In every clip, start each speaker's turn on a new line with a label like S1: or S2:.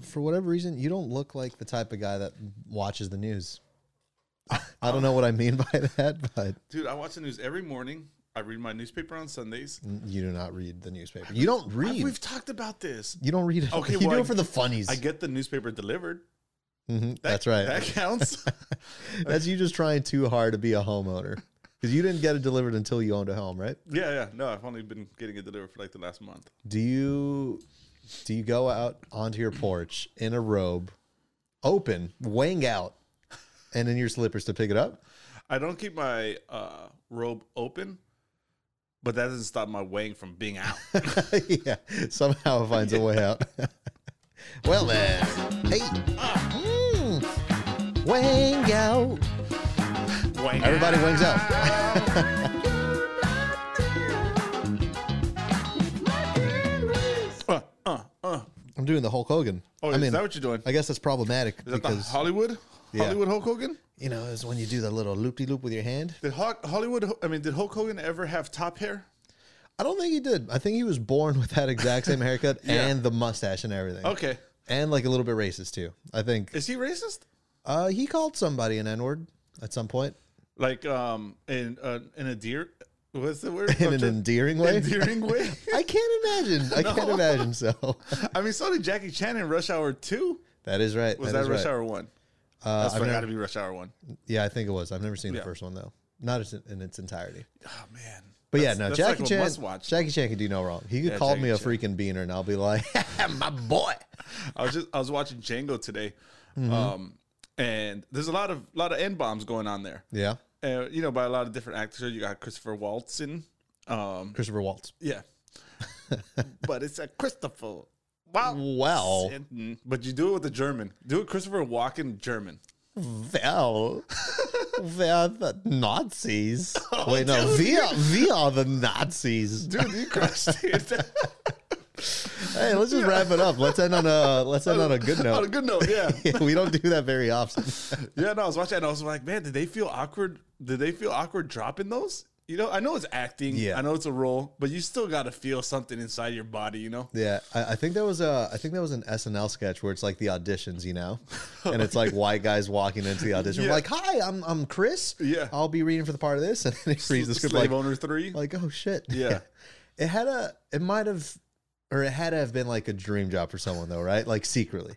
S1: for whatever reason, you don't look like the type of guy that watches the news. I don't know what I mean by that, but
S2: Dude, I watch the news every morning. I read my newspaper on Sundays.
S1: you do not read the newspaper. You don't read.
S2: We've talked about this.
S1: you don't read it.
S2: Okay,
S1: you
S2: well,
S1: do
S2: I-
S1: it for the funnies.
S2: I get the newspaper delivered.
S1: Mhm,
S2: That-
S1: That's right.
S2: That counts.
S1: That's you just trying too hard to be a homeowner because you didn't get it delivered until you owned a home, right?
S2: yeah, yeah. No, I've only been getting it delivered for like the last month.
S1: Do you do you go out onto your porch in a robe, open, weighing out, and in your slippers to pick it up?
S2: I don't keep my uh, robe open, but that doesn't stop my weighing from being out.
S1: yeah, somehow it finds a way out. well then, hey, mm, wang out.
S2: Weighing
S1: Everybody wings out.
S2: Uh, uh, uh.
S1: I'm doing the Hulk Hogan.
S2: Oh,
S1: I
S2: is
S1: mean,
S2: that what you're doing?
S1: I guess that's problematic
S2: Is that the
S1: because
S2: Hollywood?
S1: Yeah.
S2: Hollywood Hulk Hogan?
S1: you know it's when you do that little loop de loop with your hand.
S2: Did Hulk, Hollywood? I mean, did Hulk Hogan ever have top hair?
S1: I don't think he did. I think he was born with that exact same haircut and the mustache and everything.
S2: Okay,
S1: and like a little bit racist too. I think
S2: is he racist?
S1: uh, he called somebody an N word at some point
S2: Like, um, in uh, in a deer? What's the word?
S1: in an endearing way.
S2: Oh, endearing way.
S1: I can't imagine. I can't imagine. So
S2: I mean, so did Jackie Chan in Rush Hour Two.
S1: that is right.
S2: Was that,
S1: is
S2: Rush
S1: right.
S2: Hour One?
S1: Uh,
S2: That's
S1: I've
S2: got
S1: never-
S2: to be Rush Hour One.
S1: yeah, I think it was. I've never seen
S2: Yeah.
S1: the first one though, not as- in its entirety.
S2: Oh man.
S1: But
S2: That's-
S1: yeah, no,
S2: that's
S1: Jackie
S2: like a
S1: Chan.
S2: must watch.
S1: Jackie Chan can do no wrong. He could
S2: Yeah,
S1: call
S2: Jackie
S1: me a
S2: Chan.
S1: freaking bean, and I'll be like, my boy.
S2: I was just I was watching Django today, um, and there's a lot of lot of n bombs going on there.
S1: Yeah,
S2: Uh, you know, by a lot of different actors. You got Christopher Waltz in. Um,
S1: Christopher Waltz.
S2: yeah, but it's a Christopher. Wow.
S1: Wow.
S2: But you do it with a German. Do it Christopher Walken German.
S1: Well, they're the Nazis.
S2: Oh,
S1: Wait, no, we are, we are the Nazis.
S2: Dude, you crushed it.
S1: Hey, let's just wrap it up. Let's end on a let's end on a good
S2: On a
S1: note.
S2: good note, yeah.
S1: Yeah, we don't do that very often.
S2: Yeah, no, I was watching and I was like, man, did they feel awkward? Did they feel awkward dropping those? You know, I know it's acting.
S1: Yeah.
S2: I know it's a role, but you still got to feel something inside your body, you know?
S1: Yeah, I, I think that was a I think that was an SNL sketch where it's like the auditions, you know, and it's like white guys walking into the audition,
S2: Yeah.
S1: like, "Hi, I'm I'm Chris.
S2: Yeah.
S1: I'll be reading for the part of this," and then it reads the script like,
S2: Slave Owner 3.
S1: like, "Oh shit."
S2: Yeah.
S1: it had a it might have or it had to have been like a dream job for someone though, right? Like secretly.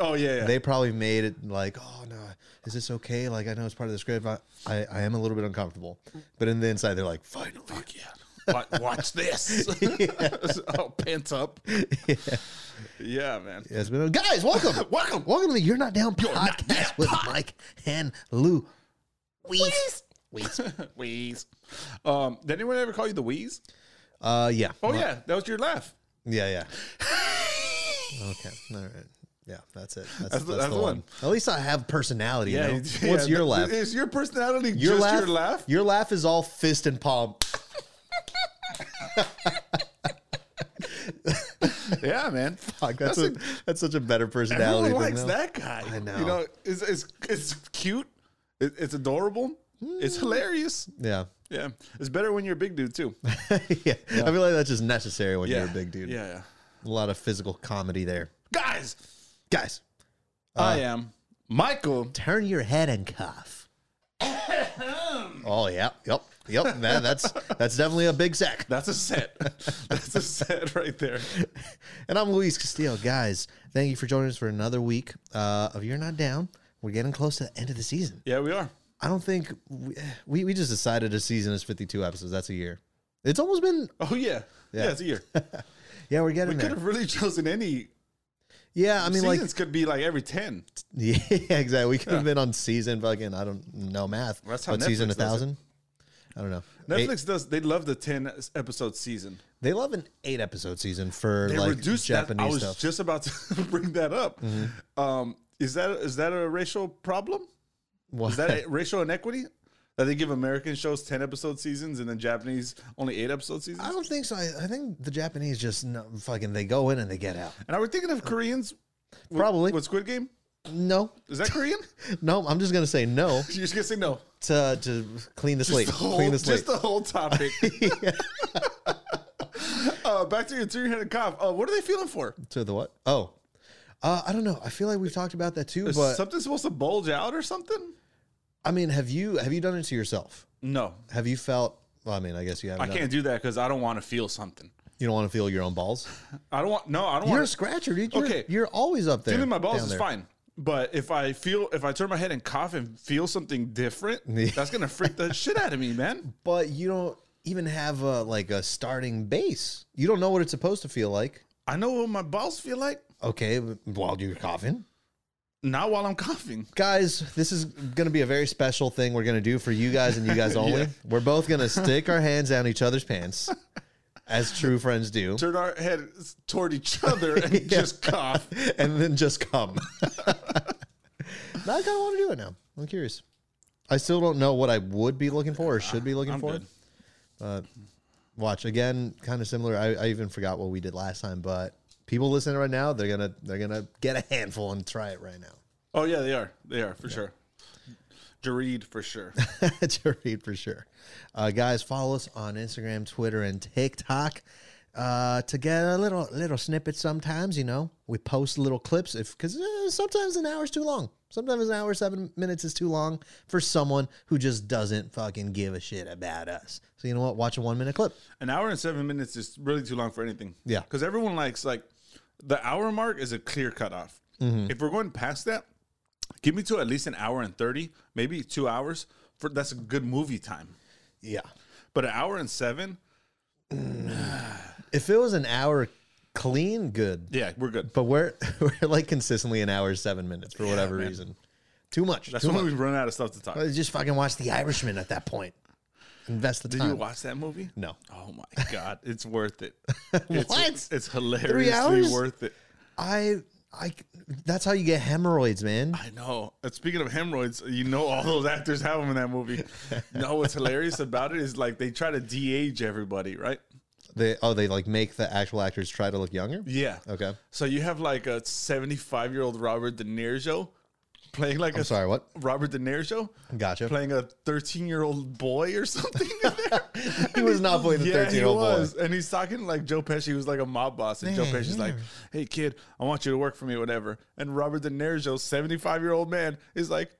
S2: oh, yeah, yeah.
S1: they probably made it like, oh no, is this okay? Like I know it's part of the script. I, I, I am a little bit uncomfortable, but in the inside they're like, finally.
S2: Fuck yeah. Watch, watch this. All pent up. Yeah, man.
S1: Yeah, It's been guys, welcome,
S2: Welcome.
S1: welcome to the You're Not Down podcast
S2: Not Down
S1: with Mike and Lou. Weez.
S2: Wheeze. Um, did anyone ever call you the Wheeze?
S1: Uh, yeah.
S2: Oh,
S1: My-
S2: yeah. That was your laugh.
S1: yeah, yeah. okay, all right. Yeah, that's it. That's,
S2: That's
S1: that's,
S2: the-
S1: the,
S2: that's the
S1: one.
S2: one.
S1: At least I have personality.
S2: Yeah.
S1: Yeah,
S2: yeah,
S1: What's your
S2: th-
S1: laugh?
S2: Is your personality
S1: Your
S2: just
S1: laugh.
S2: your laugh?
S1: Your laugh is all fist and palm.
S2: yeah, man.
S1: Fuck, that's
S2: That's
S1: a, that's such a better personality.
S2: Everyone
S1: than that.
S2: likes that guy.
S1: I know.
S2: You know, it's it's, it's cute. It, it's adorable. It's
S1: Hmm.
S2: hilarious.
S1: Yeah.
S2: Yeah, it's better when you're a big dude too.
S1: yeah. I feel like that's just necessary when
S2: Yeah,
S1: you're a big dude.
S2: Yeah, yeah.
S1: A lot of physical comedy there.
S2: Guys,
S1: Guys, Uh,
S2: I am Michael.
S1: turn your head and cough. oh yeah, yep, yep. That, that's that's definitely a big sack.
S2: That's a set. That's a set right there.
S1: And I'm Luis Castillo. Guys, thank you for joining us for another week uh, of You're Not Down. We're getting close to the end of the season.
S2: Yeah, we are.
S1: I don't think we, we, we just decided a season is 52 episodes. That's a year. It's almost been
S2: Oh yeah. Yeah,
S1: Yeah.
S2: it's a year.
S1: yeah. We're getting
S2: We
S1: there.
S2: could have really chosen any.
S1: Yeah, I mean like
S2: seasons could be like every ten.
S1: Yeah, exactly. We could have been on season fucking I don't know math.
S2: That's how
S1: What, season
S2: Netflix
S1: a
S2: does it.
S1: thousand. I don't know. Eight-
S2: Netflix does. They love the ten episode season.
S1: they love an eight episode season for
S2: They
S1: like
S2: reduced that. I
S1: Japanese
S2: was
S1: stuff. Mm-hmm.
S2: just about to bring that up. Um, is that is that a racial problem?
S1: What?
S2: Is that a racial inequity? That they give American shows ten episode seasons and then Japanese only eight episode seasons.
S1: I don't think so. I, I think the Japanese just no, fucking they go in and they get out.
S2: and are we thinking of Koreans? with-
S1: Probably.
S2: with Squid Game.
S1: No,
S2: Is that Korean?
S1: no. I'm just gonna say no
S2: You're just gonna say no.
S1: to to clean the slate.
S2: The whole-
S1: Clean the slate.
S2: just the whole topic. uh, back to your three-headed cop. Uh, what are they feeling for?
S1: to the what? Oh, Uh, I don't know. I feel like we've talked about that too,
S2: Is
S1: but
S2: something supposed to bulge out or something?
S1: I mean, have you have you done it to yourself?
S2: No,
S1: Have you felt? Well, I mean, I guess you haven't.
S2: I
S1: done it.
S2: can't do that because I don't want to feel something.
S1: You don't want to feel your own balls.
S2: I don't want. No, I don't
S1: You're
S2: want.
S1: a scratcher, dude. You're,
S2: Okay.
S1: you're always up there.
S2: Feeling my balls
S1: down
S2: is
S1: there.
S2: fine. But if I feel if I turn my head and cough and feel something different,
S1: Yeah.
S2: that's gonna freak the shit out of me, man.
S1: but you don't even have a, like a starting base. You don't know what it's supposed to feel like.
S2: I know what my balls feel like
S1: Okay, while you're coughing,
S2: not while I'm coughing.
S1: guys, this is going to be a very special thing we're going to do for you guys and you guys only. We're both going to stick our hands down each other's pants, as true friends do,
S2: Turn our head toward each other and just cough.
S1: and then just come. now I kind of want to do it now. I'm curious. I still don't know what I would be looking for or should be looking
S2: I'm
S1: for.
S2: good.
S1: watch again kind of similar I, I even forgot what we did last time but people listening right now they're gonna they're gonna get a handful and try it right now
S2: Oh yeah, they are. They are for sure. Jareed for sure.
S1: to read for sure uh, guys follow us on instagram twitter and tiktok uh, to get a little little snippet sometimes you know we post little clips if because eh, sometimes an hour's too long sometimes an hour seven minutes is too long for someone who just doesn't fucking give a shit about us so you know what watch a one minute clip
S2: An hour and seven minutes is really too long for anything.
S1: Yeah.
S2: Because everyone likes, like, the hour mark is a clear cutoff.
S1: Mm-hmm.
S2: If we're going past that, give me to at least an hour and 30, maybe two hours. For That's a good movie time.
S1: yeah
S2: But an hour and seven,
S1: if it was an hour clean good
S2: yeah, we're good.
S1: But we're we're like consistently an hour seven minutes for whatever reason. Too much.
S2: That's
S1: too
S2: when
S1: much.
S2: we run out of stuff to talk.
S1: I just fucking watch The Irishman at that point. Invest the
S2: Did
S1: time.
S2: you watch that movie?
S1: No.
S2: Oh my God. It's worth it. It's,
S1: What?
S2: It's hilariously
S1: hours?
S2: worth it.
S1: I I that's how you get hemorrhoids, man.
S2: I know. And speaking of hemorrhoids, you know all those actors have them in that movie. no, what's hilarious about it is like they try to de-age everybody, right?
S1: They oh they like make the actual actors try to look younger.
S2: Yeah.
S1: Okay.
S2: So you have like a 75 year old Robert De Niro playing like a
S1: Sorry, what?
S2: Robert De Niro
S1: Gotcha.
S2: playing a 13 year old boy or something. in there.
S1: He was not playing the
S2: yeah,
S1: thirteen
S2: he
S1: year old boy.
S2: was, and he's talking like Joe Pesci, who's like a mob boss, and Joe
S1: Yeah,
S2: Pesci's like,
S1: yeah.
S2: "Hey kid, I want you to work for me, whatever." And Robert De Niro, 75 year old man, is like.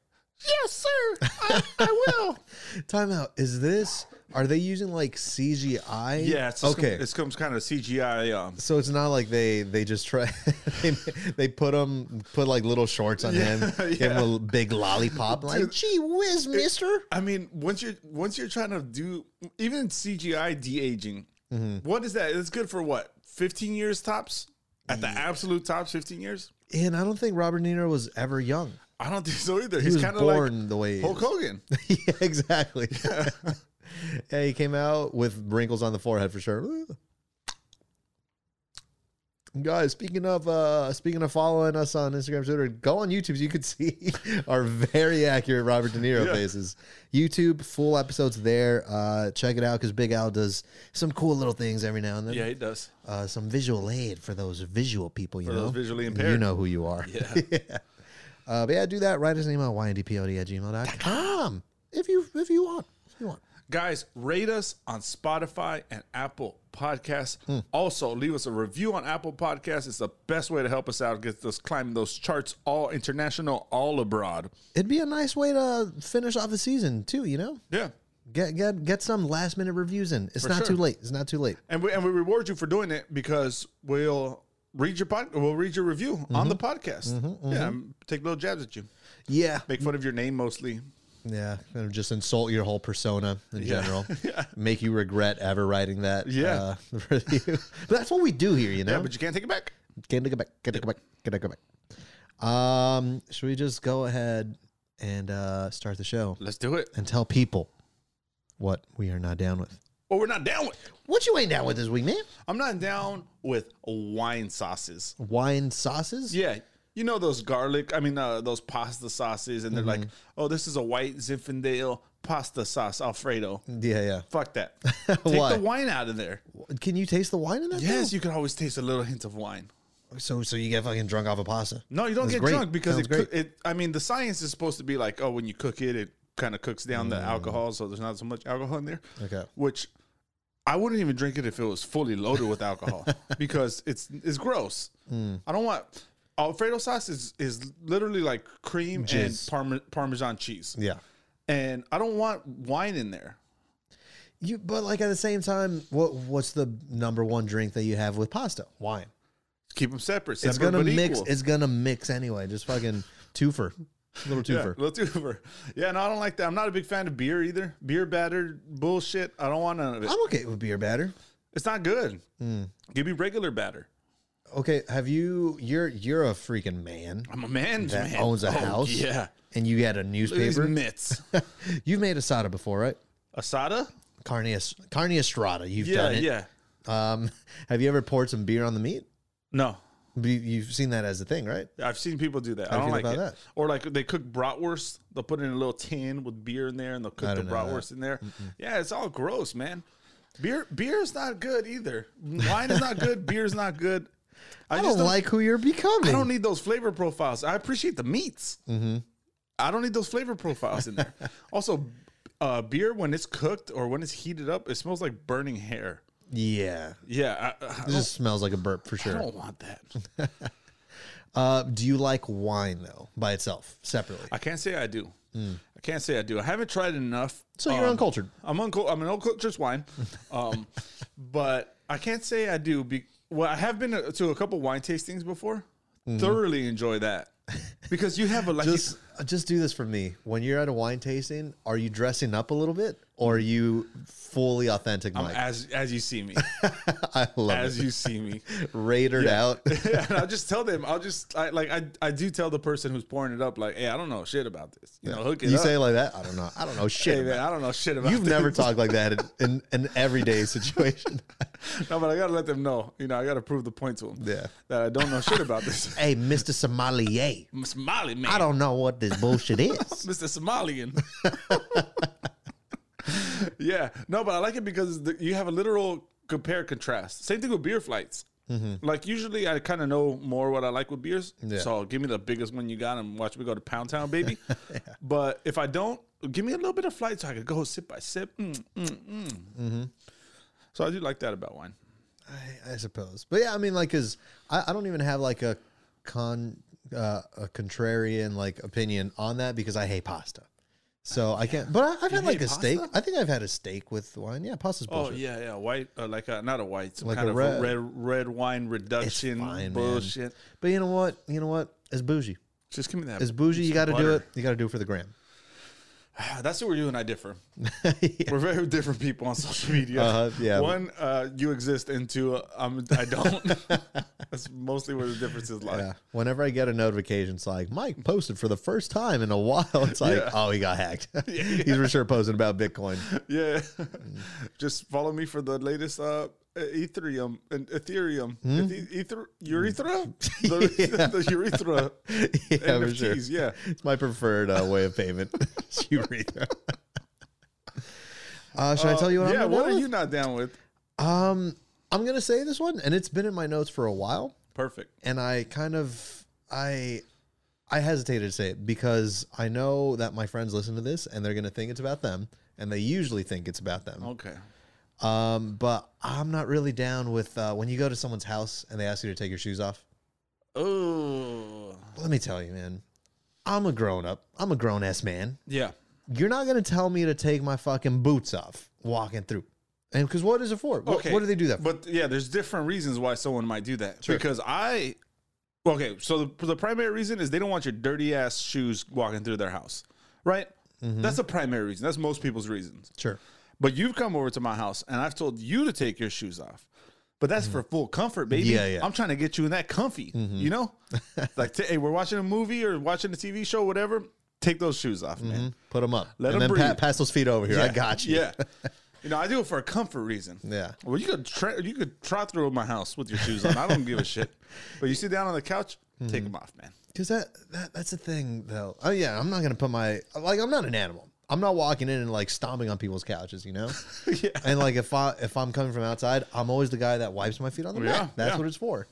S2: Yes, sir. I, I will.
S1: Time out. Is this are they using like CGI?
S2: Yeah, it's okay.
S1: okay.
S2: It comes kind of CGI. Um,
S1: so it's not like they they just try they, they put him put like little shorts on him, give him a
S2: yeah.
S1: little big lollipop, like gee whiz, mister.
S2: I mean, once you're once you're trying to do even CGI de aging,
S1: Mm-hmm.
S2: what is that? It's good for what? Fifteen years tops. At the absolute tops, fifteen years.
S1: And I don't think Robert De Niro was ever young.
S2: I don't think so either.
S1: He
S2: He's
S1: was
S2: kind of like
S1: born the way he
S2: Hulk
S1: is.
S2: Hogan.
S1: yeah, exactly. Yeah. he came out with wrinkles on the forehead for sure. Ooh. Guys, speaking of uh speaking of following us on Instagram, Twitter, go on YouTube. so You could see our very accurate Robert De Niro
S2: Yeah.
S1: faces. YouTube full episodes there. Uh Check it out because Big Al does some cool little things every now and then.
S2: Yeah, he does.
S1: Uh, some visual aid for those visual people. You
S2: For
S1: know,
S2: those visually
S1: You
S2: impaired.
S1: know who you are.
S2: Yeah.
S1: Uh, but yeah, do that. Write us an email, yndpod at gmail.com. If you if you want. If you want.
S2: Guys, rate us on Spotify and Apple Podcasts. Also, leave us a review on Apple Podcasts. It's the best way to help us out. Gets us climbing those charts all international, all abroad.
S1: It'd be a nice way to finish off the season too, you know?
S2: Yeah.
S1: Get get get some last minute reviews in. It's not
S2: sure.
S1: too late. It's not too late.
S2: and we and we reward you for doing it because we'll read your pod, we'll read your review on the podcast. Yeah, um, take little jabs at you,
S1: Yeah.
S2: make fun of your name mostly.
S1: Yeah. And just insult your whole persona in general. Make you regret ever writing that
S2: Yeah.
S1: uh, review. but that's what we do here, you know?
S2: Yeah, but you can't take it back.
S1: Can I go back? Can I go back? Can I go back? Um, should we just go ahead and uh, start the show
S2: Let's do it.
S1: and tell people what we are not down with?
S2: Well, we're not down with.
S1: What you ain't down with this week, man?
S2: I'm not down with wine sauces.
S1: Wine sauces?
S2: Yeah. You know those garlic, I mean uh, those pasta sauces, and they're like, "Oh, this is a white Zinfandel pasta sauce Alfredo."
S1: Yeah,
S2: Fuck that. Take
S1: Why?
S2: the wine out of there.
S1: yeah. Can you taste the wine in that?
S2: Yes, you can always taste a little hint of wine.
S1: thing? So, so you get fucking drunk off a pasta?
S2: No, you don't
S1: That's
S2: get
S1: great.
S2: drunk because
S1: Sounds
S2: it, cook, it. I mean, the science is supposed to be like, oh, when you cook it, it kind of cooks down the alcohol, so there's not so much alcohol in there.
S1: Mm. Okay.
S2: Which I wouldn't even
S1: Mm.
S2: drink it if it was fully loaded with alcohol because it's it's gross. I don't want Alfredo sauce is is literally like cream
S1: Jizz.
S2: and parme- parmesan cheese.
S1: Yeah.
S2: And I don't want wine in there.
S1: You but like at the same time, what what's the number one drink that you have with pasta? Wine.
S2: Keep them separate. separate
S1: It's gonna
S2: but
S1: mix.
S2: equal.
S1: It's gonna mix anyway. Just fucking twofer, little twofer.
S2: Yeah, little twofer. Yeah, no, I don't like that. I'm not a big fan of beer either. Beer battered bullshit. I don't want none of it.
S1: I'm okay with beer batter.
S2: It's not good.
S1: Mm.
S2: Give me regular batter.
S1: Okay, have you? You're you're a freaking man,
S2: I'm a man's
S1: That
S2: man. Oh,
S1: owns a house?
S2: Yeah.
S1: and you had a
S2: Look at these
S1: newspaper.
S2: mitts.
S1: You've made asada before, right?
S2: Asada?
S1: Carne as- carne estrada. You've
S2: Yeah,
S1: done it.
S2: yeah.
S1: Um, have you ever poured some beer on the meat?
S2: No.
S1: You- You've seen that as a thing, right?
S2: I've seen people do that. I
S1: do
S2: don't
S1: you
S2: like
S1: feel
S2: it.
S1: about that?
S2: Or like they cook bratwurst. They'll put it in a little tin with beer in there, and they'll cook the
S1: don't know that.
S2: bratwurst in there. Yeah, it's all gross, man. Beer, beer is not good either. Wine is not good. Beer is not good.
S1: I
S2: I, just
S1: don't
S2: don't,
S1: like who you're becoming.
S2: I don't need those flavor profiles. I appreciate the meats.
S1: Mm-hmm.
S2: I don't need those flavor profiles in there. also, uh, beer when it's cooked or when it's heated up, it smells like burning hair.
S1: yeah,
S2: Yeah, I, I
S1: it
S2: don't,
S1: just smells like a burp for
S2: I
S1: sure.
S2: don't want that.
S1: Uh, do you like wine though, by itself, separately?
S2: I can't say I do. I can't say I do. I haven't tried it enough.
S1: Mm. So you're
S2: Um,
S1: uncultured.
S2: I'm uncle. I'm an old culture's wine, um, but I can't say I do. Be- well, I have been to- to a couple wine tastings before. Thoroughly enjoy that because you have a like.
S1: Mm-hmm. Just uh, just do this for me. When you're at a wine tasting, are you dressing up a little bit, or are you fully authentic, Mike?
S2: as as you see me,
S1: I love
S2: as
S1: it.
S2: you see me,
S1: Raidered out.
S2: yeah, and I'll just tell them. I'll just I, like I I do tell the person who's pouring it up like, hey, I don't know shit about this. You know, hook it
S1: You
S2: up.
S1: say it like that? I don't know. I don't know shit.
S2: hey man,
S1: about-
S2: I don't know shit about.
S1: You've
S2: this.
S1: never talked like that in, in an everyday situation.
S2: No, but I gotta let them know. You know, I gotta prove the point to them.
S1: Yeah.
S2: that I don't know shit about this.
S1: hey, Mister Sommelier,
S2: Somali man.
S1: I don't know what this bullshit is.
S2: Mr. Somalian. yeah, no, but I like it because the, you have a literal compare contrast. Same thing with beer flights. Like usually, I kind of know more what I like with beers.
S1: Yeah.
S2: So give me the biggest one you got and watch me go to Pound Town, baby. But if I don't, give me a little bit of flight so I could go sip by sip. Mm, mm, mm. So I do like that about wine.
S1: Oh, I, I suppose, but yeah, I mean, like, cause I, I don't even have like a con uh, a contrarian like opinion on that because I hate pasta. So I can't, but I, I've had like a
S2: hate
S1: steak.
S2: pasta?
S1: I think I've had a steak with wine. Yeah, pasta's
S2: Oh
S1: bullshit.
S2: yeah, yeah, white, uh, like a, not a white, some
S1: Like
S2: kind
S1: a
S2: of
S1: red.
S2: red. red wine reduction
S1: fine, man.
S2: bullshit.
S1: But you know what? You know what? It's bougie.
S2: Just give me that.
S1: It's bougie. You
S2: some
S1: got to do
S2: butter.
S1: it. You got to do it for the gram.
S2: Ah, That's where you and I differ.
S1: Yeah.
S2: We're very different people on social media.
S1: Uh-huh, yeah.
S2: One, uh, you exist, and two, uh, I'm, I don't. That's mostly where the differences lie.
S1: Yeah. Whenever I get a notification, it's like Mike posted for the first time in a while. It's like,
S2: Yeah.
S1: oh, he got hacked. He's for sure posting about Bitcoin.
S2: Yeah.
S1: Mm.
S2: Just follow me for the latest uh, Ethereum and Ethereum.
S1: Hmm?
S2: Ethe- ether- urethra? The, the urethra
S1: yeah, for sure.
S2: NFTs. Yeah.
S1: It's my preferred uh, way of payment. Urethra. uh, should I tell you what
S2: yeah,
S1: I'm
S2: what
S1: going
S2: are
S1: to
S2: you not down with?
S1: Um, I'm going to say this one, and it's been in my notes for a while.
S2: Perfect.
S1: and I kind of I I hesitated to say it because I know that my friends listen to this and they're gonna think it's about them, and they usually think it's about them.
S2: Okay.
S1: Um, but I'm not really down with uh, when you go to someone's house and they ask you to take your shoes off.
S2: Oh.
S1: Let me tell you, man, I'm a grown up. I'm a grown ass man.
S2: Yeah.
S1: You're not gonna tell me to take my fucking boots off walking through, and because what is it for? What, what do they do that for?
S2: But yeah, there's different reasons why someone might do that. Because I, okay, so the, the primary reason is they don't want your dirty ass shoes walking through their house, right?
S1: Mm-hmm.
S2: That's the primary reason. That's most people's reasons.
S1: sure.
S2: But you've come over to my house and I've told you to take your shoes off. But that's for full comfort, baby.
S1: Mm-hmm. Yeah, yeah. Mm-hmm.
S2: I'm trying to get you in that comfy, you know? like, t- hey, we're watching a movie or watching a TV show, whatever. Take those shoes off, man.
S1: Put them up.
S2: Let
S1: and
S2: 'em
S1: then pa-
S2: breathe.
S1: pass those feet over here. Mm-hmm. I
S2: Yeah,
S1: got you.
S2: Yeah. You know, I do it for a comfort reason.
S1: Yeah.
S2: Well, you could tra- you could trot through my house with your shoes on. I don't give a shit. But you sit down on the couch, take 'em
S1: Mm-hmm.
S2: take them off, man.
S1: Because that, that that's the thing though. Oh yeah, I'm not gonna put my like I'm not an animal. I'm not walking in and like stomping on people's couches, you know.
S2: Yeah.
S1: And like if I if I'm coming from outside, I'm always the guy that wipes my feet on the
S2: Yeah,
S1: mat. That's
S2: yeah.
S1: what it's for.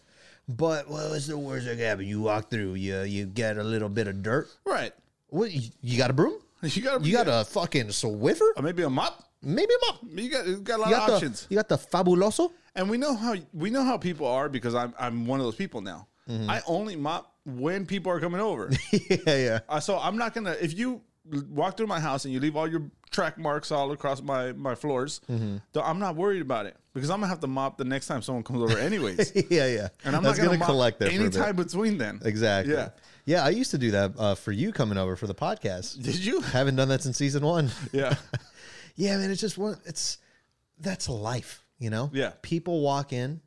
S1: But well, it's the worst that can happen. You walk through, you you get a little bit of dirt.
S2: Right.
S1: What you, you got a broom?
S2: You got
S1: You got a fucking swiffer?
S2: maybe a mop.
S1: Maybe a mop.
S2: You got you got a lot
S1: You got
S2: of
S1: the
S2: options.
S1: you got the fabuloso. Mm-hmm.
S2: And we know how we know how people are because I'm I'm one of those people now. I only mop when people are coming over.
S1: yeah, yeah.
S2: Uh, so I'm not gonna. If you l- walk through my house and you leave all your track marks all across my my floors,
S1: Mm-hmm.
S2: though I'm not worried about it because I'm gonna have to mop the next time someone comes over, anyways.
S1: yeah, yeah.
S2: And I'm
S1: That's
S2: not gonna,
S1: gonna
S2: mop
S1: collect it for a
S2: any
S1: bit.
S2: time between then.
S1: Exactly.
S2: Yeah.
S1: Yeah, I used to do that uh, for you coming over for the podcast.
S2: Did you?
S1: Haven't done that since season one.
S2: Yeah.
S1: yeah, man, it's just one. It's that's life, you know.
S2: Yeah.
S1: People walk in,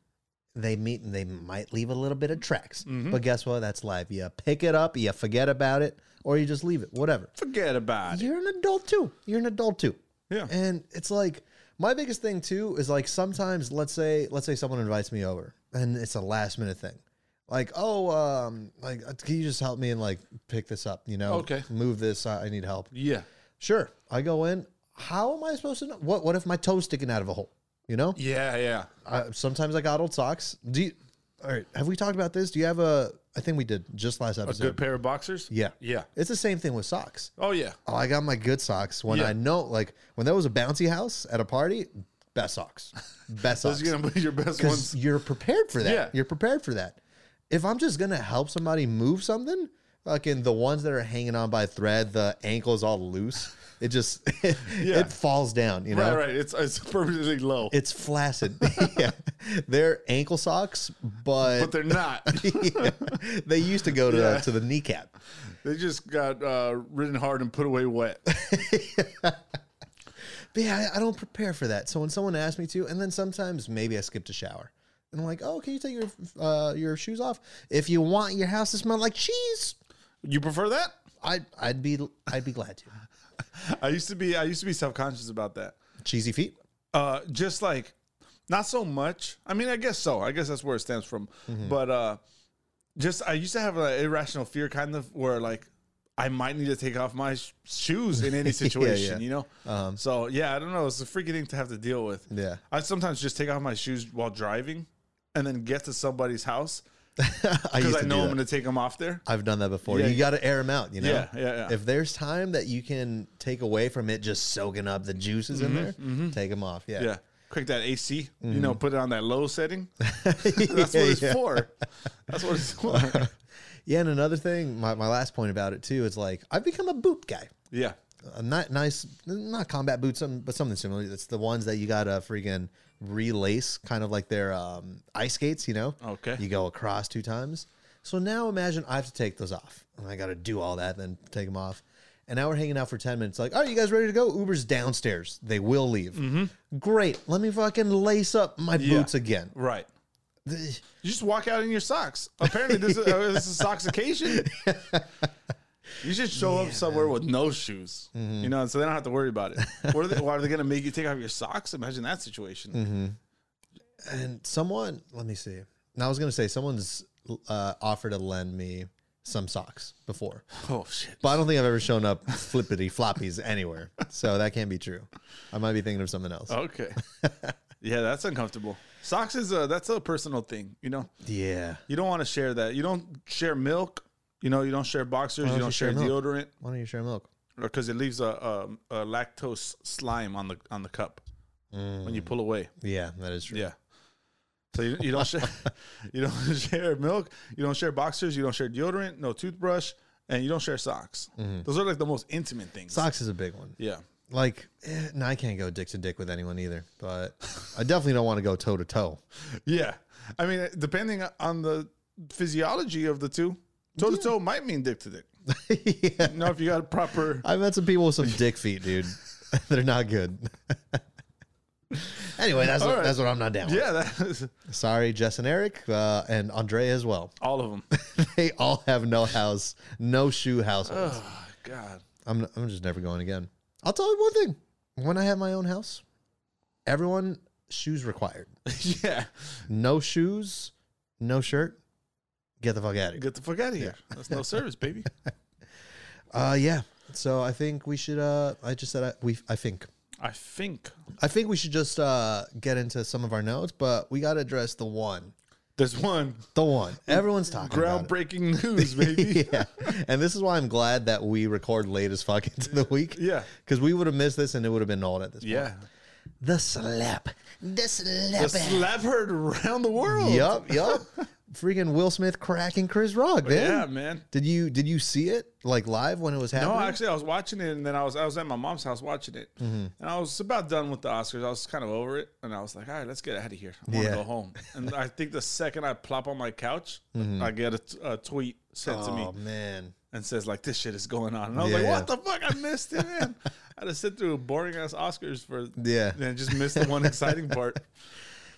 S1: they meet, and they might leave a little bit of tracks.
S2: Mm-hmm.
S1: But guess what? That's life. You pick it up, you forget about it, or you just leave it. Whatever.
S2: Forget about it.
S1: You're an adult too. You're an adult too.
S2: Yeah.
S1: And it's like my biggest thing too is like sometimes let's say let's say someone invites me over and it's a last minute thing. Like, oh, um, like uh, can you just help me and like pick this up, you know?
S2: Okay.
S1: Move this, I I need help.
S2: Yeah.
S1: Sure. I go in. How am I supposed to know? What what if my toe's sticking out of a hole? You know?
S2: Yeah. Yeah.
S1: I, sometimes I got old socks. Do you all right, have we talked about this? Do you have a I think we did just last
S2: A
S1: episode.
S2: good pair of boxers.
S1: yeah.
S2: Yeah.
S1: It's the same thing with socks.
S2: Oh yeah.
S1: Oh, I got my good socks when
S2: Yeah.
S1: I know, like when there was a bouncy house at a party, best socks, best
S2: Those
S1: socks.
S2: are gonna be your best
S1: Because
S2: ones.
S1: you're prepared for that.
S2: Yeah.
S1: You're prepared for that. If I'm just gonna help somebody move something, fucking the ones that are hanging on by a thread, the ankle's all loose. It just it,
S2: Yeah.
S1: falls down. You know,
S2: Right. Right. It's it's perfectly low,
S1: it's flaccid. yeah, they're ankle socks, but,
S2: but they're not.
S1: yeah, they used to go to
S2: Yeah.
S1: to the kneecap.
S2: They just got uh, ridden hard and put away wet.
S1: But yeah, I, I don't prepare for that. So when someone asks me to, and then sometimes maybe I skip a shower. And I'm like, oh, can you take your uh, your shoes off? If you want your house to smell like cheese,
S2: You prefer that?
S1: I'd I'd be I'd be glad to.
S2: I used to be. I used to be self conscious about that.
S1: Cheesy feet.
S2: Uh, just like, not so much. I mean, I guess so. I guess that's where it stems from.
S1: Mm-hmm.
S2: But uh, just I used to have an irrational fear, kind of where like I might need to take off my sh- shoes in any situation. You know.
S1: Um,
S2: so yeah, I don't know. It's a freaky thing to have to deal with.
S1: Yeah.
S2: I sometimes just take off my shoes while driving, and then get to somebody's house
S1: I used
S2: because
S1: to do
S2: I know I'm
S1: that.
S2: going to take them off there.
S1: I've done that before.
S2: Yeah,
S1: you
S2: yeah.
S1: got to air them out, you know.
S2: Yeah, yeah, yeah.
S1: If there's time that you can take away from it, just soaking up the juices in there, take them off. Yeah,
S2: Mm-hmm, Yeah. Click that AC, you know, put it on that low setting. That's
S1: Mm-hmm. Yeah,
S2: what it's
S1: yeah.
S2: for. That's what it's for.
S1: Yeah, and another thing, my, my last point about it too is like I've become a boot guy.
S2: yeah.
S1: a ni- nice, not combat boots, something, but something similar. It's the ones that you gotta freaking relace, kind of like their um, ice skates, you know?
S2: Okay.
S1: You go across two times. So now imagine I have to take those off. And I gotta do all that, then take them off. And now we're hanging out for 10 minutes. Like, all right, you guys ready to go? Uber's downstairs. They will leave. Great. Let me fucking lace up my boots again.
S2: Right.
S1: Th-
S2: You just walk out in your socks. Apparently, this is, uh, this is a socks occasion. You should show up somewhere with no shoes, you know, so they don't have to worry about it. What are they, why are they going to make you take off your socks? Imagine that situation.
S1: And someone, let me see. Now I was gonna say, someone's uh, offered to lend me some socks before.
S2: Oh, shit.
S1: But I don't think I've ever shown up flippity floppies anywhere. So that can't be true. I might be thinking of something else.
S2: Okay. yeah, that's uncomfortable. Socks is a, that's a personal thing, you know?
S1: Yeah.
S2: You don't want to share that. You don't share milk. You know, you don't share boxers.
S1: don't
S2: you don't
S1: you
S2: share
S1: share
S2: deodorant
S1: Why don't you share milk?
S2: because it leaves a, um, a, a lactose slime on the on the cup when you pull away.
S1: Yeah, that is true.
S2: Yeah. So you, you don't share you don't share milk. You don't share boxers. You don't share deodorant. No toothbrush, and you don't share socks. Those are like the most intimate things.
S1: Socks is a big one.
S2: Yeah.
S1: Like, eh, no, I can't go dick to dick with anyone either, but I definitely don't want to go toe to toe.
S2: Yeah. I mean, uh, depending on the physiology of the two, toe to toe might mean dick to dick.
S1: Yeah.
S2: You know, if you got a proper.
S1: I've met some people with some dick feet, dude. They're not good. anyway, that's, what,
S2: right.
S1: that's what I'm not down with.
S2: Yeah, that is
S1: Sorry, Jess and Eric, uh, and Andre as well.
S2: all of them.
S1: they all have no house, no shoe household.
S2: Oh God.
S1: I'm I'm just never going again. I'll tell you one thing: when I have my own house, everyone shoes required.
S2: yeah.
S1: No shoes, no shirt. Get the fuck out of here.
S2: Get the fuck out of here. That's no service, baby.
S1: Uh, yeah. So I think we should. Uh, I just said I, we. I think.
S2: I think
S1: I think we should just uh, get into some of our notes, but we got to address the one,
S2: there's one
S1: the one everyone's talking about.
S2: groundbreaking news, baby.
S1: it. Yeah, and this is why I'm glad that we record late as fuck into the week.
S2: Yeah.
S1: because we would have missed this and it would have been old at this point.
S2: Yeah.
S1: The slap, the slap,
S2: The slap heard around the world.
S1: Yup, yup. freaking Will Smith cracking Chris Rock, dude.
S2: Oh, Yeah, man.
S1: Did you did you see it like live when it was happening?
S2: No, actually, I was watching it, and then I was I was at my mom's house watching it,
S1: Mm-hmm.
S2: and I was about done with the Oscars. I was kind of over it, and I was like, "All right, let's get out of here. I want to
S1: Yeah.
S2: go home." And I think the second I plop on my couch,
S1: Mm-hmm.
S2: I get a, t- a tweet sent to me
S1: oh man.
S2: and says like, "This shit is going on," and I was
S1: Yeah,
S2: like, "What
S1: yeah.
S2: the fuck? I missed it, man. I just sit through boring ass Oscars for
S1: Yeah.
S2: and just missed the one exciting part."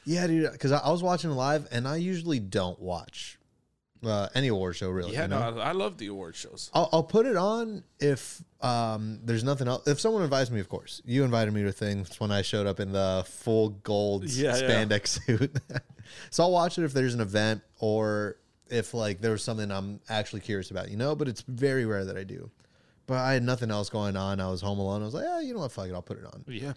S1: Yeah, dude. Because I, I was watching live, and I usually don't watch uh, any award show really.
S2: Yeah,
S1: you know?
S2: no, I, I love the award shows.
S1: I'll, I'll put it on if um, there's nothing else. If someone invites me, of course. You invited me to things when I showed up in the full gold s-
S2: Yeah, yeah.
S1: spandex suit. so I'll watch it if there's an event or if like there was something I'm actually curious about, you know. But it's very rare that I do. But I had nothing else going on. I was home alone. I was like, yeah, you know what? Fuck it. I'll put it on.
S2: Oh, Yeah,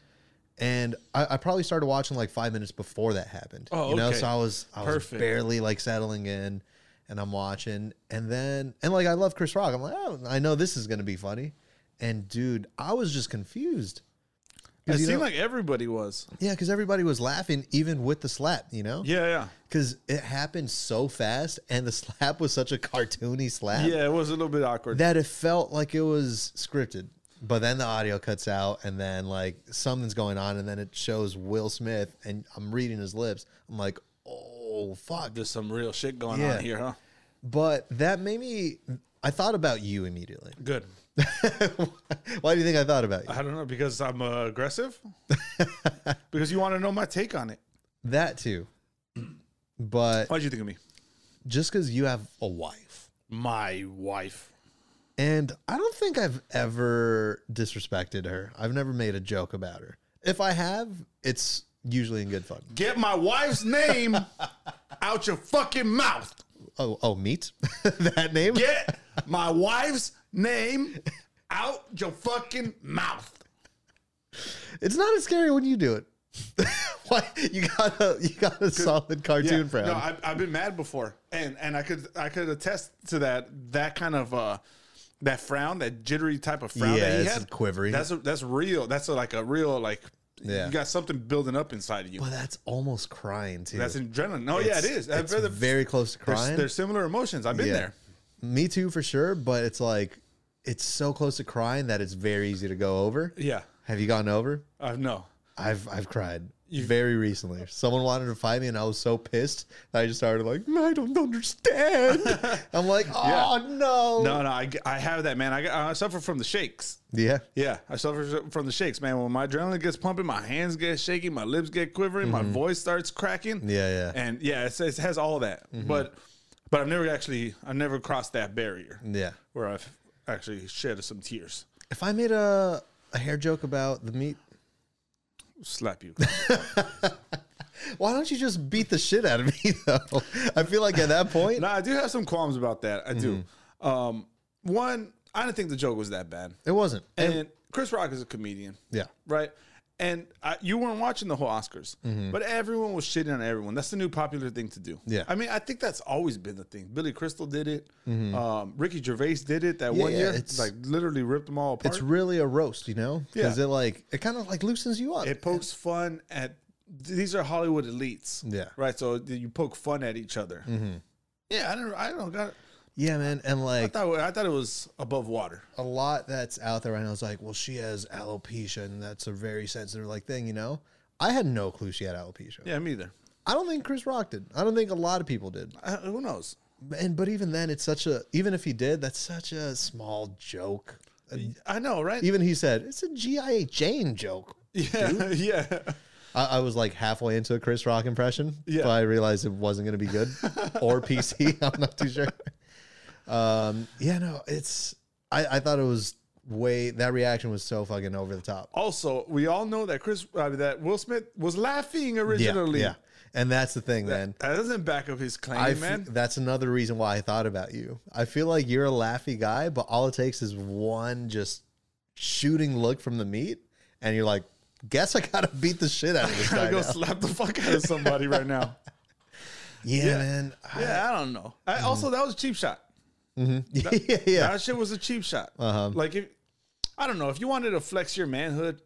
S1: And I, I probably started watching like five minutes before that happened.
S2: Oh,
S1: you know,
S2: okay.
S1: so I was I
S2: Perfect.
S1: was barely like settling in, and I'm watching, and then and like I love Chris Rock. I'm like, oh, I know this is gonna be funny, and dude, I was just confused.
S2: it
S1: Because you
S2: seemed
S1: know-
S2: like everybody was.
S1: Yeah, because everybody was laughing even with the slap, you know,
S2: Yeah, yeah.
S1: because it happened so fast, and the slap was such a cartoony slap
S2: Yeah, it was a little bit awkward.
S1: that it felt like it was scripted. But then the audio cuts out, and then like something's going on, and then it shows Will Smith, and I'm reading his lips. I'm like, oh fuck.
S2: There's some real shit going
S1: Yeah.
S2: on here, huh?
S1: But that made me. I thought about you immediately.
S2: Good.
S1: Why do you think I thought about you?
S2: I don't know because I'm uh, aggressive. because you want to know my take on it.
S1: That too. But
S2: Why'd you think of me?
S1: just because you have a wife,
S2: My wife.
S1: and I don't think I've ever disrespected her. I've never made a joke about her. If I have, it's usually in good fun.
S2: Get my wife's name out your fucking mouth.
S1: Oh, oh, meat. that name.
S2: Get my wife's name out your fucking mouth.
S1: It's not as scary when you do it. Why you got a you got a solid cartoon
S2: Yeah.
S1: frown?
S2: No, I, I've been mad before, and and I could I could attest to that that kind of uh that frown, that jittery type of frown
S1: Yeah,
S2: that he
S1: it's
S2: had,
S1: quivery.
S2: That's a, that's real. That's a, like a real like
S1: Yeah.
S2: you got something building up inside of you.
S1: but that's almost crying too.
S2: That's adrenaline. No, yeah, it is. I've
S1: It's
S2: read the-
S1: very close to
S2: there's,
S1: crying.
S2: there's similar emotions. I've been there.
S1: Me too, for sure. But it's like it's so close to crying that it's very easy to go over.
S2: Yeah,
S1: Have you gotten over?
S2: I know.
S1: I've I've cried very recently. Someone wanted to fight me, and I was so pissed that I just started like, I don't understand. I'm like, oh no,
S2: No, no, I, I have that man. I, I suffer from the shakes.
S1: yeah,
S2: Yeah, I suffer from the shakes, man. When my adrenaline gets pumping, my hands get shaky, my lips get quivering, my voice starts cracking.
S1: Mm-hmm. Yeah, Mm-hmm. yeah.
S2: and yeah, it's, it has all that. But but I've never actually I've never crossed that barrier
S1: yeah.
S2: where I've actually shed some tears.
S1: If I made a a hair joke about the meat,
S2: Slap you.
S1: Why don't you just beat the shit out of me though? I feel like at that point,
S2: no, I do have some qualms about that. I do.
S1: Mm-hmm.
S2: Um, one, I didn't think the joke was that bad,
S1: it wasn't.
S2: and, Chris Rock is a comedian.
S1: yeah,
S2: right? And I, you weren't watching the whole Oscars, but everyone was shitting on everyone. That's the new popular thing to do.
S1: Mm-hmm. Yeah.
S2: I mean, I think that's always been the thing. Billy Crystal did it. Um, Ricky Gervais did it that
S1: Mm-hmm. Yeah,
S2: one
S1: yeah,
S2: year.
S1: it's-
S2: like literally ripped them all apart.
S1: it's really a roast, you know? Because
S2: Yeah.
S1: it like it kind of like loosens you up.
S2: it pokes fun at these are Hollywood elites.
S1: Yeah. Mm-hmm.
S2: right. So you poke fun at each other. Yeah, I don't. I don't got.
S1: yeah, man. And
S2: I
S1: like
S2: thought, I thought it was above water.
S1: a lot that's out there right now is like, well, she has alopecia, and that's a very sensitive like thing, you know? I had no clue she had alopecia.
S2: Yeah, me either.
S1: I don't think Chris Rock did. I don't think a lot of people did.
S2: I, Uh, who knows?
S1: And but even then, it's such a even if he did, that's such a small joke.
S2: I know, right?
S1: Even he said it's a GIA Jane joke.
S2: yeah, yeah.
S1: I, I was like halfway into a Chris Rock impression,
S2: Yeah.
S1: but I realized it wasn't going to be good or PC. I'm not too sure. Um, yeah, no, it's. I, I thought it was way that reaction was so fucking over the top.
S2: Also, we all know that Chris, uh, that Will Smith was laughing originally.
S1: yeah, and that's the thing, man.
S2: That doesn't back up his claim,
S1: I f-
S2: man.
S1: that's another reason why I thought about you. I feel like you're a laughy guy, but all it takes is one just shooting look from the meat, and you're like, guess I gotta beat the shit out of this
S2: Gotta
S1: guy.
S2: go
S1: now."
S2: slap the fuck out of somebody right now.
S1: Yeah, man. I-
S2: Yeah, I don't know. I, also, that was a cheap shot.
S1: yeah, yeah.
S2: That shit was a cheap shot. Like, if I don't know, if you wanted to flex your Mm-hmm. manhood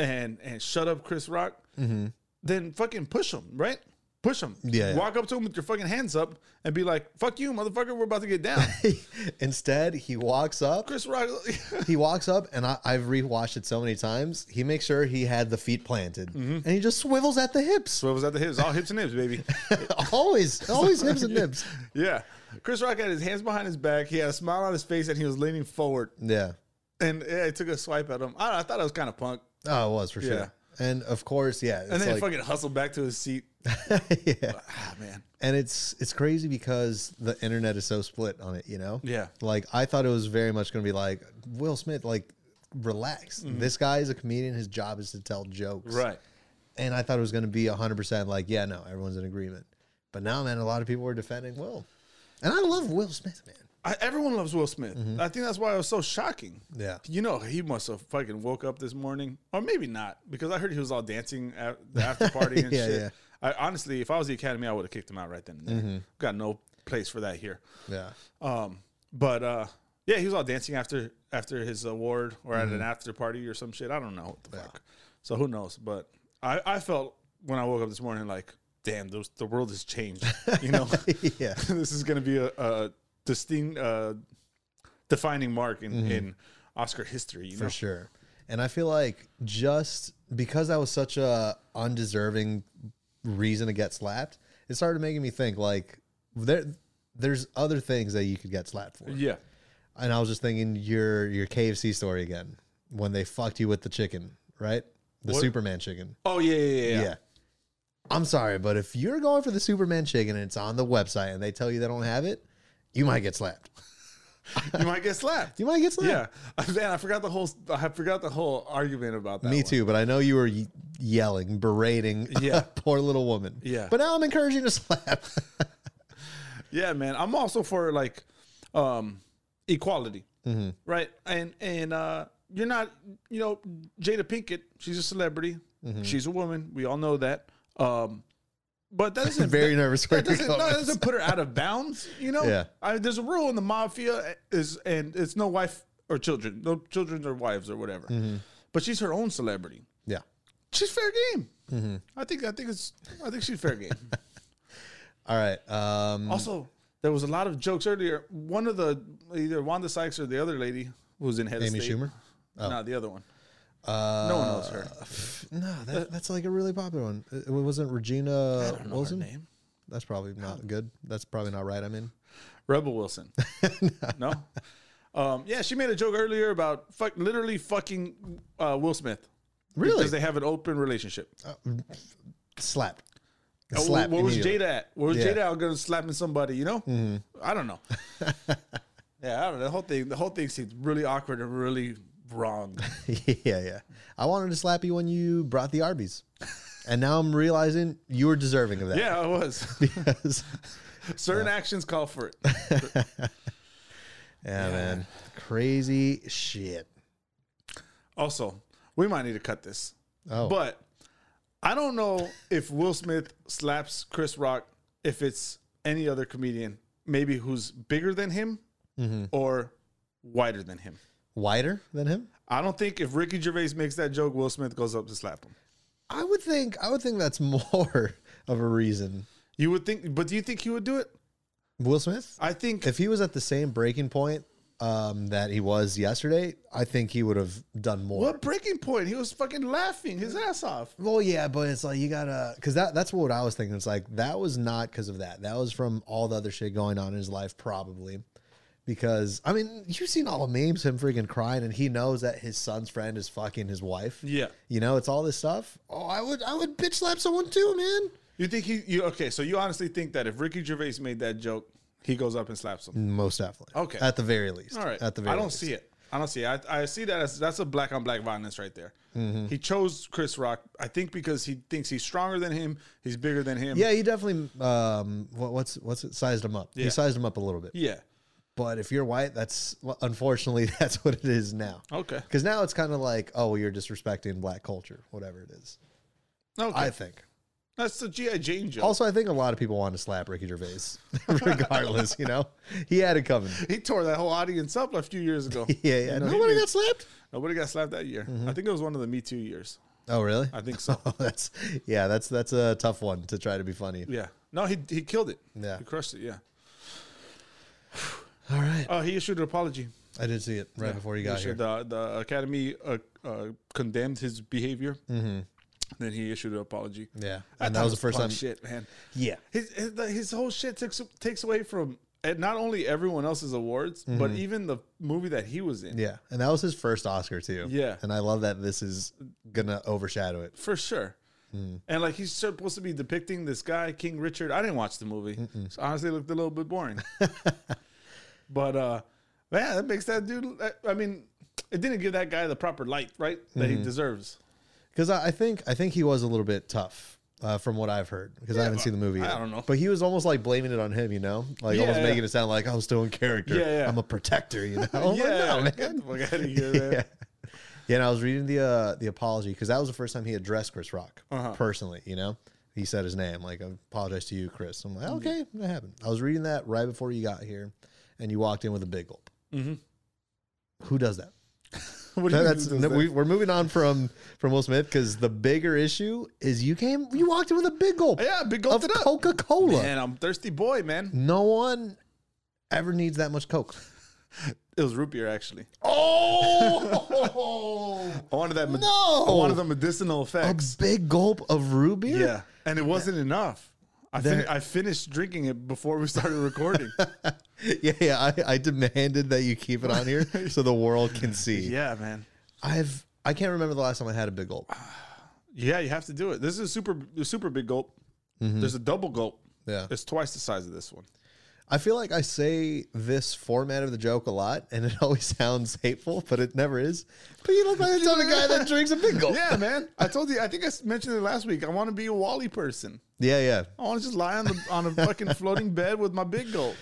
S2: and and shut up Chris Rock, then fucking push him, right? Push them.
S1: Yeah.
S2: Walk up to them with your fucking hands up and be like, "Fuck you, motherfucker. We're about to get down."
S1: Instead, he walks up.
S2: Chris Rock.
S1: He walks up, and I, I've rewatched it so many times. He makes sure he had the feet planted,
S2: Mm-hmm.
S1: and he just swivels at the hips.
S2: what was that? The hips, all hips and hips, baby.
S1: always, always hips and nips.
S2: Yeah. Chris Rock had his hands behind his back. He had a smile on his face and he was leaning forward.
S1: Yeah.
S2: And yeah, I took a swipe at him. I, don't know, I thought it was kind of punk.
S1: Oh, it was for sure.
S2: Yeah.
S1: And of course, yeah. It's
S2: And then
S1: like,
S2: he fucking hustled back to his seat.
S1: yeah.
S2: Ah, man.
S1: and it's it's crazy because the internet is so split on it you know
S2: Yeah.
S1: like i thought it was very much going to be like will smith like relax this guy is a comedian his job is to tell jokes
S2: Mm-hmm. Right.
S1: and i thought it was going to be 100% like yeah no everyone's in agreement but now man a lot of people are defending will and i love will smith man
S2: I, everyone loves Will Smith. I think that's why it was so shocking.
S1: Yeah.
S2: You know, he must have fucking woke up this morning, or maybe not, because I heard he was all dancing at the after party and
S1: Yeah,
S2: shit.
S1: yeah.
S2: I, honestly, if I was the academy, I would have kicked him out right then and there. Got no place for that here.
S1: yeah
S2: Um, but uh, yeah, he was all dancing after after his award or at
S1: Mm-hmm.
S2: an after party or some shit. I don't know what the fuck. So who knows? But I, I felt when I woke up this morning like, damn, those, the world has changed. You know,
S1: yeah
S2: this is going to be a, a distinct, uh, defining mark in, in Oscar history. You
S1: Mm-hmm. for
S2: know?
S1: sure and i feel like just because that was such a undeserving reason to get slapped it started making me think like there there's other things that you could get slapped for
S2: Yeah.
S1: and i was just thinking your your kfc story again when they fucked you with the chicken right the
S2: What?
S1: superman chicken
S2: Oh yeah, yeah, yeah.
S1: yeah.
S2: yeah.
S1: i'm sorry but if you're going for the superman chicken and it's on the website and they tell you they don't have it you might get slapped
S2: you might get slapped.
S1: you might get slapped
S2: Yeah, man, I forgot the whole. I forgot the whole argument about that.
S1: Me
S2: one.
S1: too, but I know you were ye- yelling, berating,
S2: Yeah.
S1: poor little woman.
S2: Yeah.
S1: but now I'm encouraging a slap.
S2: Yeah, man. I'm also for like um equality.
S1: Mm-hmm.
S2: Right? And and uh you're not you know, Jada Pinkett, she's a celebrity.
S1: Mm-hmm.
S2: She's a woman. We all know that. Um but that doesn't
S1: Very nervous. for
S2: that
S1: your
S2: doesn't, no, that
S1: comments.
S2: doesn't put her out of bounds, you know?
S1: Yeah.
S2: I, there's a rule in the mafia is and it's no wife or children, no children or wives or whatever.
S1: Mm-hmm.
S2: But she's her own celebrity.
S1: yeah,
S2: She's fair game.
S1: Mm-hmm.
S2: I think I think it's I think she's fair game.
S1: all right. Um,
S2: Also, there was a lot of jokes earlier. One of the either Wanda Sykes or the other lady who was in head
S1: Amy
S2: of state.
S1: Schumer. Oh.
S2: No, the other one.
S1: Uh,
S2: No one knows her.
S1: No, that, that's like a really popular one. Uh, It, it wasn't Regina
S2: I don't know
S1: Wilson.
S2: her name.
S1: That's probably not good. That's probably not right. I mean,
S2: Rebel Wilson. no. Um, yeah, she made a joke earlier about fuck, literally fucking uh, Will Smith
S1: really
S2: because they have an open relationship.
S1: slapped.
S2: Uh, wh-
S1: Slapped
S2: Where was
S1: immediately.
S2: Jada at? Where was
S1: Yeah. Mm-hmm.
S2: Jada out going slapping somebody? You know, I don't know. yeah, I don't know. The whole thing, the whole thing seems really awkward and really wrong.
S1: yeah, yeah. I wanted to slap you when you brought the Arby's, and now I'm realizing you were deserving of that.
S2: yeah, I was.
S1: Because
S2: Certain actions call for it.
S1: Yeah, man. Crazy shit.
S2: Also, we might need to cut this.
S1: Oh,
S2: But I don't know if Will Smith slaps Chris Rock if it's any other comedian, maybe who's bigger than him or wider than him.
S1: wider than him?
S2: I don't think if Ricky Gervais makes that joke, Will Smith goes up to slap him.
S1: I would think I would think that's more of a reason.
S2: You would think, but do you think he would do it?
S1: Will Smith?
S2: I think
S1: If he was at the same breaking point um, that he was yesterday, I think he would have done more.
S2: what breaking point? He was fucking laughing his ass off.
S1: Well, yeah, but it's like you gotta, cause that that's what I was thinking. It's like that was not because of that. That was from all the other shit going on in his life, probably. Because I mean, you've seen all the memes, him freaking crying, and he knows that his son's friend is fucking his wife.
S2: Yeah.
S1: you know, it's all this stuff. Oh, I would, I would bitch slap someone too, man.
S2: You think he? You okay? So you honestly think that if Ricky Gervais made that joke, he goes up and slaps him?
S1: Most definitely.
S2: Okay.
S1: at the very least.
S2: All right.
S1: at the very.
S2: I don't
S1: least.
S2: see it. I don't see it. I, I see that as that's a black on black violence right there.
S1: Mm-hmm.
S2: He chose Chris Rock, I think, because he thinks he's stronger than him. He's bigger than him.
S1: Yeah, he definitely. Um, what, what's what's it? Sized him up.
S2: Yeah.
S1: He sized him up a little bit.
S2: Yeah.
S1: But if you're white, that's unfortunately that's what it is now.
S2: Okay.
S1: Because now it's kind of like, oh, well, you're disrespecting black culture, whatever it is.
S2: Okay.
S1: I think.
S2: that's the GI Jane joke.
S1: Also, I think a lot of people want to slap Ricky Gervais, regardless. you know, he had it coming.
S2: he tore that whole audience up a few years ago.
S1: Yeah, yeah.
S2: You know, he
S1: Nobody
S2: did.
S1: got Mm-hmm. slapped.
S2: Nobody got slapped that year. I think it was one of the Me Too years.
S1: Oh, really?
S2: I think so.
S1: that's yeah. That's that's a tough one to try to be funny.
S2: yeah. No, he he killed it.
S1: Yeah.
S2: He crushed it. Yeah.
S1: All right.
S2: Oh, he issued an apology.
S1: I did see it right before you got here.
S2: issued The, the academy uh, uh, condemned his behavior. Mm-hmm. Then he issued an apology.
S1: Yeah.
S2: I
S1: And
S2: thought
S1: that
S2: it
S1: was the first
S2: punk
S1: time.
S2: Shit, man.
S1: Yeah.
S2: His, his his whole shit takes takes away from and not only everyone else's awards, but even the movie that he was in.
S1: Mm-hmm. Yeah. And that was his first Oscar too.
S2: Yeah.
S1: And I love that this is gonna overshadow it.
S2: for sure.
S1: Mm-hmm.
S2: And like he's supposed to be depicting this guy King Richard. I didn't watch the movie. So honestly, it looked a little bit boring. but uh man, that makes that dude. I- I mean, it didn't give that guy the proper light, right? That
S1: Mm-hmm.
S2: he deserves.
S1: Because I, I think I think he was a little bit tough. Uh, from what I've heard, because I haven't
S2: but
S1: seen the movie,
S2: I
S1: yet.
S2: don't know.
S1: But he was almost like blaming it on him, you know, like
S2: Yeah,
S1: almost
S2: yeah.
S1: making it sound like I'm still in character.
S2: Yeah, yeah.
S1: I'm a protector, you know. I'm like,
S2: yeah,
S1: Oh, "No,
S2: get
S1: man."
S2: the fuck outta here, man.
S1: yeah. Yeah, and I was reading the uh, the apology because that was the first time he addressed Chris Rock
S2: Uh-huh.
S1: personally. You know, he said his name. Like, I apologize to you, Chris. I'm like, okay,
S2: Mm-hmm.
S1: that happened. I was reading that right before you got here, and you walked in with a big gulp.
S2: Mm-hmm.
S1: Who does that?
S2: What do you
S1: That-
S2: mean
S1: that's
S2: does
S1: no,
S2: that?
S1: We, we're moving on from from Will Smith because the bigger issue is you came, you walked in with a big gulp
S2: yeah, big
S1: of
S2: gulped it up.
S1: Coca Cola.
S2: Man, I'm thirsty boy, man.
S1: No one ever needs that much Coke.
S2: It was root beer actually.
S1: Oh.
S2: I wanted that. med-
S1: No!
S2: I wanted the medicinal
S1: a
S2: effects.
S1: big gulp of root beer.
S2: Yeah, and it wasn't enough. I, fin-
S1: There-
S2: I finished drinking it before we started recording.
S1: yeah, yeah. I, I demanded that you keep it on here so the world can see.
S2: yeah, man.
S1: I've I can't remember the last time I had a big gulp.
S2: Yeah, you have to do it. This is a super a super big gulp. There's a double gulp.
S1: Mm-hmm. Yeah,
S2: It's twice the size of this one.
S1: I feel like I say this format of the joke a lot, and it always sounds hateful, but it never is. But you look like the type of guy that drinks a big gulp.
S2: Yeah, man. I told you. I think I s- mentioned it last week. I want to be a Wally person.
S1: yeah, yeah.
S2: I want to just lie on the on a fucking floating bed with my big gulp.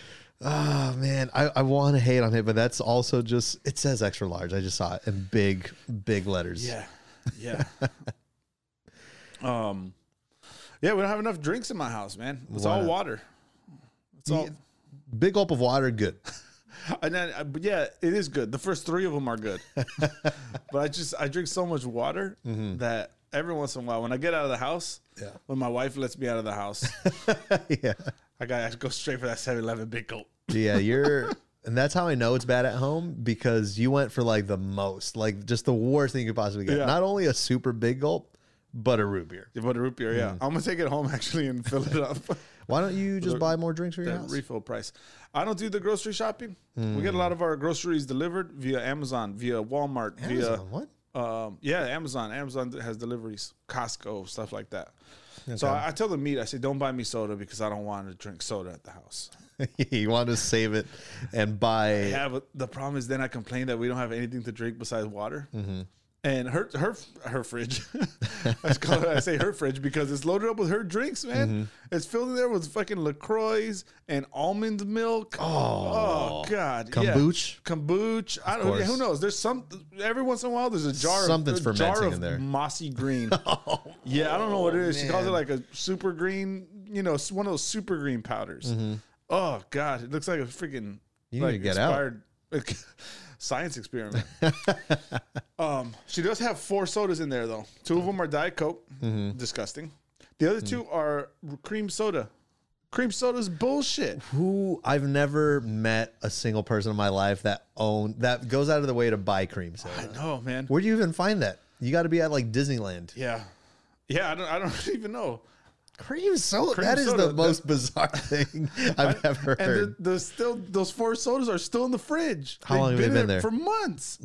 S1: Oh man, I, I want to hate on it, but that's also just it says extra large. I just saw it in big, big letters.
S2: yeah. um, yeah. We don't have enough drinks in my house, man. It's
S1: Why
S2: all
S1: not?
S2: water. It's all.
S1: big gulp of water, good.
S2: And then, uh, but yeah, it is good. The first three of them are good. but I just I drink so much water that every once in a while, when I get out of the house,
S1: Mm-hmm. Yeah.
S2: when my wife lets me out of the house,
S1: yeah.
S2: I got to go straight for that 7-Eleven big gulp.
S1: Yeah, you're and that's how I know it's bad at home because you went for like the most, like just the worst thing you could possibly get.
S2: Yeah.
S1: Not only a super big gulp, but a root beer.
S2: You put a root beer, yeah. Mm-hmm. I'm gonna take it home actually and fill it up.
S1: Why don't you just buy more drinks for your
S2: That
S1: house?
S2: refill price. I don't do the grocery shopping. We get a lot of our groceries delivered via Amazon, via Walmart,
S1: Amazon, what?
S2: via um, yeah, Amazon. Amazon has deliveries, Costco, stuff like that. So I, I tell the meat, I say, don't buy me soda because I don't want to drink soda at the house.
S1: you want to save it and buy
S2: Yeah, but the problem is then I complain that we don't have anything to drink besides water. And her her her fridge, I, just call it, I say her fridge because it's loaded up with her drinks, man. It's filled in there with fucking Lacroix and almond milk. Oh, god, yeah.
S1: kombucha?
S2: kombucha. I don't.
S1: course.
S2: Who knows? There's some. Every once in a while, there's a jar.
S1: Something's
S2: of, a
S1: fermenting
S2: jar of
S1: in there. Oh,
S2: Mossy green. yeah, I don't know what it is. She calls
S1: man.
S2: it like a super green. You know, s- one of those super green powders. Oh god, it looks like a
S1: Mm-hmm.
S2: freaking
S1: You need
S2: like
S1: to get out.
S2: expired- science experiment. um, she does have four sodas in there though. Two of them are Diet Coke,
S1: Mm-hmm.
S2: disgusting. The
S1: Mm.
S2: other two are cream soda. Cream soda's bullshit.
S1: Who I've never met a single person in my life that own that goes out of the way to buy cream soda.
S2: No Oh, man.
S1: Where do you even find that? You got to be at like Disneyland.
S2: Yeah, yeah. I don't. I don't even know.
S1: Cream soda.
S2: Cream
S1: that is
S2: soda,
S1: the most bizarre thing I've ever heard.
S2: And the, the still those four sodas are still in the fridge.
S1: How long have they been
S2: in it
S1: there? Mm.
S2: For months.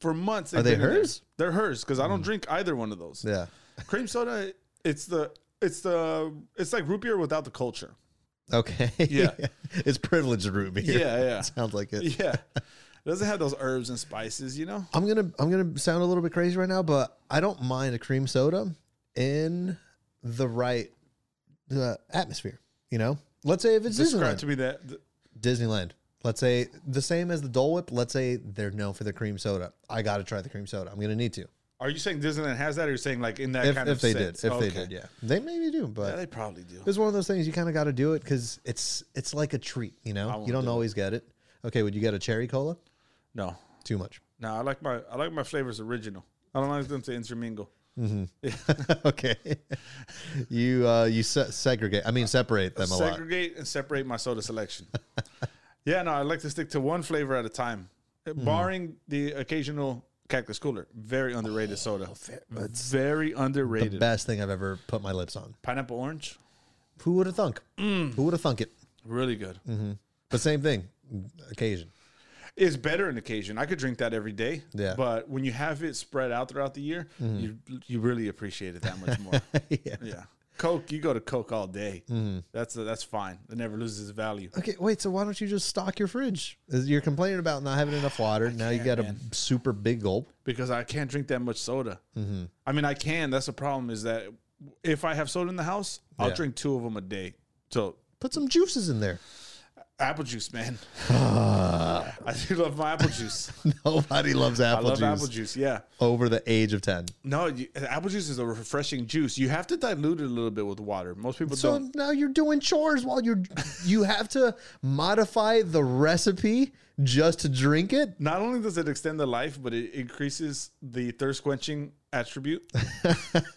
S2: For months. Are
S1: they hers? Mm.
S2: They're hers because I don't drink either one of those.
S1: yeah.
S2: Cream soda. It's the it's the it's like root beer without the culture.
S1: Okay.
S2: Yeah.
S1: it's privileged root beer.
S2: Yeah, yeah.
S1: Sounds like it.
S2: Yeah, it doesn't have those herbs and spices. You know.
S1: I'm gonna I'm gonna sound a little bit crazy right now, but I don't mind a cream soda in the right uh, atmosphere. You know, let's say if it's
S2: Describe
S1: Disneyland,
S2: to me that. th-
S1: Disneyland. Let's say the same as the Dole Whip. Let's say they're known for the cream soda. I got to try the cream soda. I'm gonna need to
S2: Are you saying Disneyland has that, or you're saying like in that
S1: if,
S2: kind
S1: if
S2: of
S1: they
S2: sense?
S1: did. If
S2: Okay.
S1: they did, yeah, they maybe do,
S2: Yeah,
S1: but
S2: they probably do.
S1: it's one of those things you kind of got to do it because it's it's like a treat. You know,
S2: won't
S1: you don't
S2: do
S1: always get it. Okay, would you get a cherry cola?
S2: No,
S1: Too much.
S2: no. I like my I like my flavors original. I don't like them to intermingle.
S1: okay. you uh, you se- segregate. I mean, separate them a lot.
S2: segregate and separate my soda selection. yeah, no, I like to stick to one flavor at a time, uh,
S1: Mm-hmm.
S2: barring the occasional cactus cooler. Very underrated
S1: Oh,
S2: soda. very underrated.
S1: Best thing I've ever put my lips on.
S2: Pineapple orange,
S1: Who would have thunk?
S2: Mm.
S1: Who would have thunk it?
S2: really good.
S1: Mm-hmm. But same thing. Occasion.
S2: It's better an occasion. I could drink that every day.
S1: Yeah. Mm-hmm.
S2: But when you have it spread out throughout the year, you you really appreciate it that much more.
S1: yeah. Mm-hmm.
S2: yeah. Coke, you go to Coke all day. That's that's fine. It never loses its value.
S1: Okay, wait. So why don't you just stock your fridge? Is- You're complaining about not having enough water. now you got a super big gulp.
S2: because I can't drink that much soda.
S1: Mm-hmm.
S2: I mean, I can. That's the problem is that if I have soda in the house, I'll
S1: Yeah.
S2: drink two of them a day. So
S1: Put some juices in there.
S2: apple juice, man. I do love my apple juice.
S1: Nobody loves
S2: I
S1: apple
S2: love
S1: juice
S2: apple juice. Yeah.
S1: over the age of ten.
S2: No, you, apple juice is a refreshing juice. You have to dilute it a little bit with water. Most people
S1: So
S2: don't.
S1: now you're doing chores while you're you have to modify the recipe just to drink it.
S2: Not only does it extend the life, but it increases the thirst quenching attribute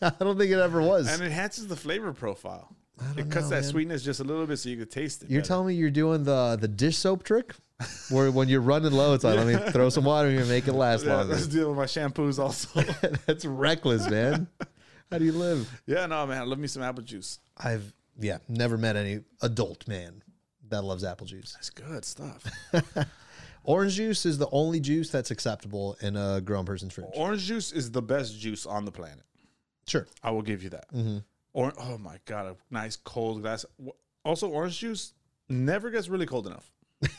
S1: I don't think it ever was.
S2: and enhances the flavor profile. It cuts that sweetness just a little bit so you can taste it.
S1: you're
S2: better.
S1: telling me you're doing the the dish soap trick, where when you're running low, it's like let me throw some water in here, make it last
S2: yeah,
S1: longer.
S2: let's deal with my shampoos also.
S1: That's reckless, man. How do you live?
S2: Yeah, no, man. Love me some apple juice.
S1: I've yeah, never met any adult man that loves apple juice.
S2: That's good stuff.
S1: Orange juice is the only juice that's acceptable in a grown person's fridge.
S2: Orange juice is the best juice on the planet.
S1: Sure.
S2: I will give you that.
S1: Mm-hmm.
S2: Or oh my god, a nice cold glass. Wh- Also, orange juice never gets really cold enough.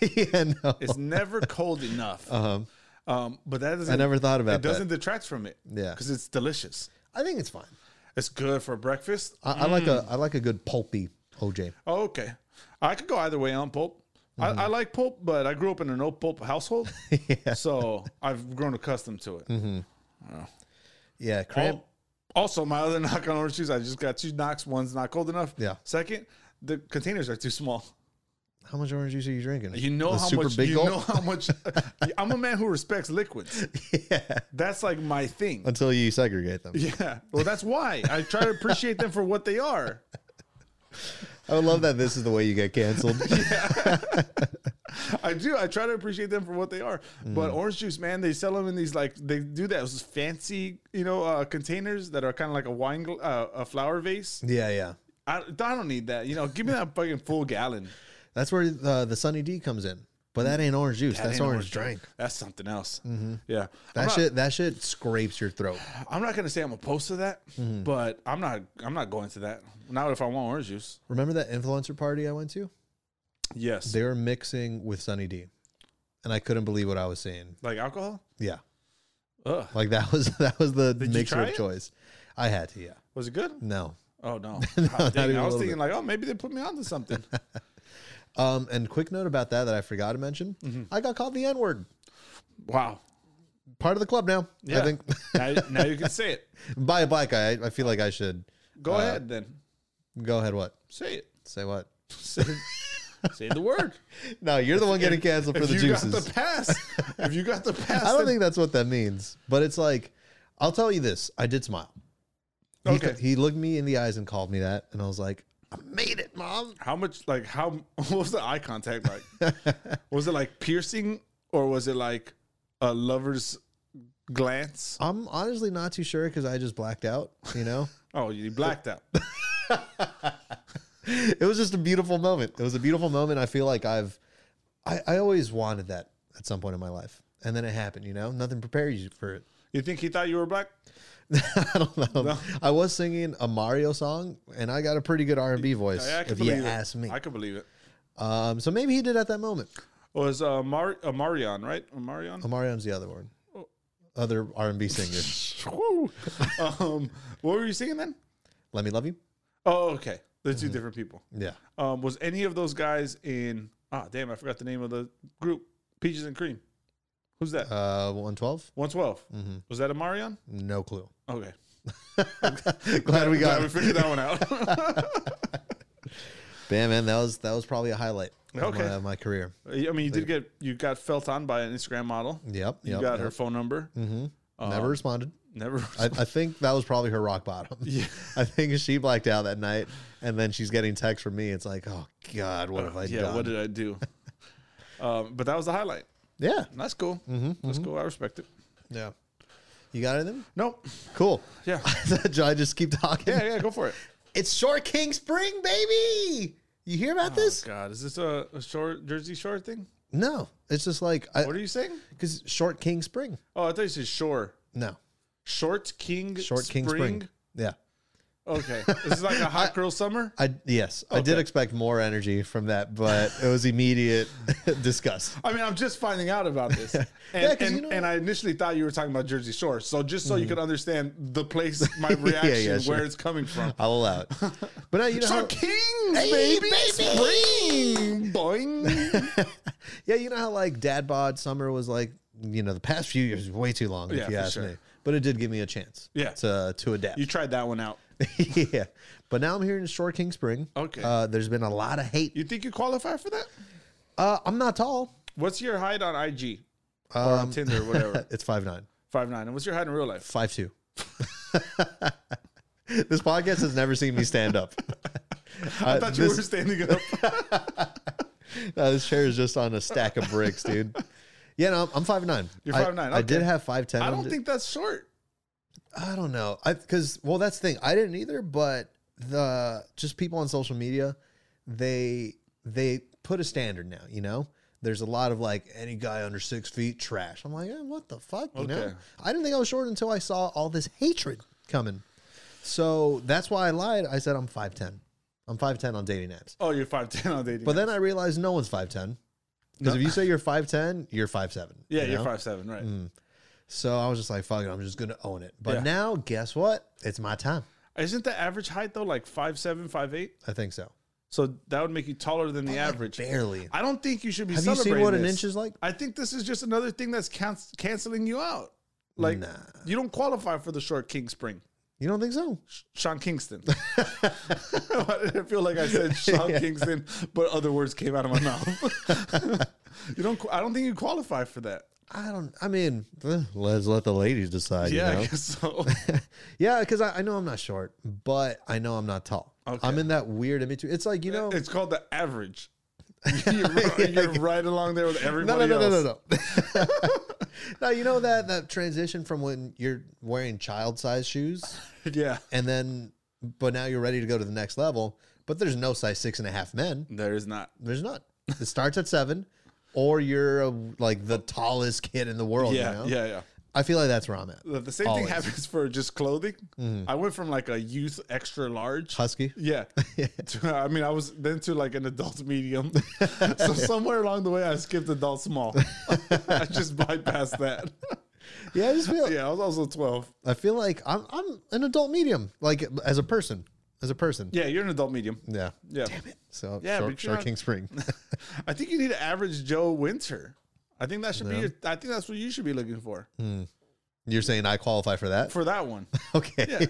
S1: yeah, no.
S2: It's never cold enough.
S1: Uh-huh.
S2: Um, but that doesn't.
S1: I never thought about
S2: It
S1: that.
S2: doesn't detract from it.
S1: Yeah.
S2: because it's delicious.
S1: I think it's fine.
S2: It's good for breakfast.
S1: I, I like a I like a good pulpy OJ.
S2: Oh, okay, I could go either way on pulp.
S1: Mm-hmm.
S2: I, I like pulp, but I grew up in a no pulp household, so I've grown accustomed to it.
S1: Yeah, cramp.
S2: Al-
S1: Oh.
S2: Also, my other knock on orange juice, I just got two knocks. One's not cold enough.
S1: Yeah.
S2: Second, the containers are too small.
S1: How much orange juice are you drinking?
S2: You know
S1: The
S2: how
S1: super
S2: much.
S1: big
S2: you
S1: gulp?
S2: know how much. I'm a man who respects liquids.
S1: yeah.
S2: That's like my thing.
S1: Until you segregate them.
S2: Yeah. Well, that's why I try to appreciate them for what they are.
S1: I would love that this is the way you get canceled.
S2: I do. I try to appreciate them for what they are.
S1: Mm.
S2: But orange juice, man, they sell them in these like they do that. Those fancy, you know, uh, containers that are kind of like a wine, gl- uh, a flower vase.
S1: yeah, yeah.
S2: I, I don't need that. You know, give me that fucking full gallon.
S1: That's where uh, the, the Sunny D comes in. But that ain't orange juice. That's
S2: Ain't no
S1: orange drink. Mm-hmm.
S2: That's something else. Yeah.
S1: That
S2: I'm not,
S1: shit that shit scrapes your throat.
S2: I'm not gonna say I'm opposed to that,
S1: Mm-hmm.
S2: but I'm not I'm not going to that. Not if I want orange juice.
S1: Remember that influencer party I went to?
S2: Yes.
S1: They were mixing with Sunny D. And I couldn't believe what I was seeing.
S2: like alcohol?
S1: Yeah.
S2: Ugh.
S1: Like that was that was the
S2: you
S1: mixer
S2: try
S1: of
S2: it?
S1: choice. I had to, yeah.
S2: Was it good?
S1: No.
S2: Oh no.
S1: not
S2: God dang,
S1: even
S2: I
S1: a
S2: was
S1: little
S2: thinking like, oh maybe they put me onto something.
S1: Um and quick note about that that I forgot to mention.
S2: Mm-hmm.
S1: I got called the N word.
S2: wow.
S1: Part of the club now. I
S2: Yeah.
S1: think
S2: now, now you can say it.
S1: by a black guy, I, I feel like I should
S2: Go
S1: Uh,
S2: ahead then.
S1: go ahead what?
S2: Say it.
S1: Say what?
S2: Say, say the word.
S1: No, you're the one getting canceled for
S2: if
S1: the
S2: you
S1: juices.
S2: got the pass. If you got the pass,
S1: I don't
S2: then-
S1: think that's what that means. But it's like, I'll tell you this: I did smile. He,
S2: Okay.
S1: he looked me in the eyes and called me that, and I was like, "I made it, mom."
S2: How much like how what was the eye contact like? was it like piercing or was it like a lover's glance?
S1: I'm honestly not too sure because I just blacked out. You know,
S2: Oh, you blacked out.
S1: it was just a beautiful moment. It was a beautiful moment. I feel like I've, I, I always wanted that at some point in my life, and then it happened. You know, nothing prepares you for it.
S2: You think he thought you were black?
S1: I don't know. I was singing a Mario song, and I got a pretty good R and B voice.
S2: I, I can
S1: if you
S2: believe it.
S1: ask me,
S2: I can believe it.
S1: um, so maybe he did at that moment.
S2: It was uh, Mar- uh, Marion, right? Marion.
S1: Omarion's the other one, other R and B singer.
S2: Woo. um, what were you singing then?
S1: Let me love you.
S2: Oh, okay. They're
S1: Mm-hmm.
S2: two different people.
S1: Yeah.
S2: Um, was any of those guys in? Ah, damn! I forgot the name of the group. Peaches and Cream. Who's that?
S1: Uh, mm-hmm. one twelve.
S2: One Twelve. Was that a Marion?
S1: No clue.
S2: Okay.
S1: Glad we got
S2: Glad we
S1: it.
S2: figured that one out.
S1: Bam, man. That was that was probably a highlight. Of
S2: Okay.
S1: my, of my career.
S2: I mean, you did get you got felt on by an Instagram model.
S1: Yep.
S2: You
S1: yep,
S2: got
S1: yep.
S2: her phone number.
S1: Never responded.
S2: Never.
S1: I, I think that was probably her rock bottom. Yeah. I think she blacked out that night, and then she's getting text from me. It's like, oh God, what have I
S2: Uh, yeah.
S1: done?
S2: What did I do? um, but that was the highlight.
S1: yeah,
S2: That's cool.
S1: Mm-hmm,
S2: That's cool. I respect it.
S1: yeah. You got anything?
S2: Nope.
S1: Cool.
S2: Yeah.
S1: I just keep talking.
S2: Yeah. Yeah. Go for it.
S1: It's Short King Spring, baby. You hear about this?
S2: Oh, God, is this a, a short Jersey Shore thing?
S1: No, it's just like
S2: What are you saying?
S1: because Short King Spring.
S2: Oh, I thought you said shore.
S1: No,
S2: Short King.
S1: Short King Spring. Yeah,
S2: Okay. This is like a hot girl summer.
S1: I yes, I did
S2: Okay.
S1: expect more energy from that, but it was immediate disgust.
S2: I mean, I'm just finding out about this. And,
S1: Yeah, 'cause
S2: and,
S1: you know- Mm-hmm.
S2: and I initially thought you were talking about Jersey Shore. So just so you could understand the place, my reaction,
S1: sure.
S2: where it's coming from.
S1: I'll allow it. But now you know,
S2: Shore
S1: how,
S2: Kings,
S1: Hey,
S2: baby,
S1: baby!
S2: Spring, boing.
S1: yeah, you know how like dad bod summer was like. You know, the past few years was way too long,
S2: Yeah,
S1: if you
S2: for
S1: ask
S2: sure.
S1: me. But it did give me a chance,
S2: Yeah.
S1: to to adapt.
S2: You tried that one out.
S1: yeah, but now I'm here in Short King Spring.
S2: Okay.
S1: uh, there's been a lot of hate.
S2: You think you qualify for that?
S1: Uh, I'm not tall. Um,
S2: What's your height on IG or on Tinder, whatever?
S1: It's five nine.
S2: Five nine. And what's your height in real life?
S1: Five two. this podcast has never seen me stand up.
S2: I
S1: Uh,
S2: thought you
S1: this-
S2: were standing up.
S1: no, Uh, this chair is just on a stack of bricks, dude. Yeah, no, I'm- I'm five nine.
S2: You're
S1: I-
S2: 5'9",,
S1: I did
S2: okay.
S1: have five ten.
S2: I don't think that's short.
S1: I don't know. I because well, that's the thing. I didn't either, but the just people on social media, they they put a standard now. You know, there's a lot of like any guy under six feet trash. I'm like, eh, what the fuck? You know,
S2: Okay.
S1: I didn't think I was short until I saw all this hatred coming. So that's why I lied. I said I'm five ten. I'm five ten on dating apps.
S2: Oh, you're five ten on dating.
S1: But
S2: apps.
S1: then I realized no one's five ten. Because if you say you're five ten, you're five seven.
S2: yeah, you are five seven, right?
S1: Mm. So I was just like, fuck it, I'm just gonna own it. But
S2: Yeah.
S1: now, guess what? It's my time.
S2: Isn't the average height though like five seven, five eight?
S1: I think so.
S2: So that would make you taller than the
S1: Like,
S2: average.
S1: barely.
S2: I don't think you should be.
S1: Have you seen
S2: celebrating
S1: what an
S2: this.
S1: inch is like?
S2: I think this is just another thing that's can- canceling you out. Like
S1: Nah.
S2: you don't qualify for the short King Spring.
S1: You don't think so?
S2: Sean Kingston. Why did I feel like I said Sean Kingston, but other words came out of my mouth? you don't. qu- I don't think you qualify for that.
S1: I don't. I mean, eh, let's let the ladies decide.
S2: Yeah,
S1: Yeah,
S2: I guess so.
S1: yeah. Because I, I know I'm not short, but I know I'm not tall.
S2: Okay.
S1: I'm in that weird in between. It's like you know.
S2: it's called the average. you're, right- you're right along there with
S1: No,
S2: everybody
S1: no, no, no,
S2: else.
S1: no, no. now you know that that transition from when you're wearing child size shoes
S2: Yeah,
S1: and then, but now you're ready to go to the next level. But there's no size six and a half men.
S2: there is not.
S1: There's not. It starts at seven, or you're a, like the tallest kid in the world.
S2: Yeah,
S1: you know?
S2: yeah, yeah.
S1: I feel like that's where I'm at.
S2: The, the same
S1: Always. Mm-hmm.
S2: thing happens for just clothing. I went from like a youth extra large.
S1: Husky.
S2: Yeah. To- I mean, I was then to like an adult medium. so somewhere along the way, I skipped adult small. I just bypassed that.
S1: Yeah, I just feel.
S2: yeah, I was also 12.
S1: I feel like I'm I'm an adult medium, like as a person, as a person.
S2: Yeah, you're an adult medium.
S1: Yeah.
S2: Yeah.
S1: So
S2: Yeah,
S1: short,
S2: but you're
S1: short
S2: not-
S1: King Spring.
S2: I think you need an average Joe Winter. I think that should be your, I think that's what you should be looking for
S1: Mm. you're saying I qualify for that?
S2: for that one.
S1: okay.
S2: Yeah.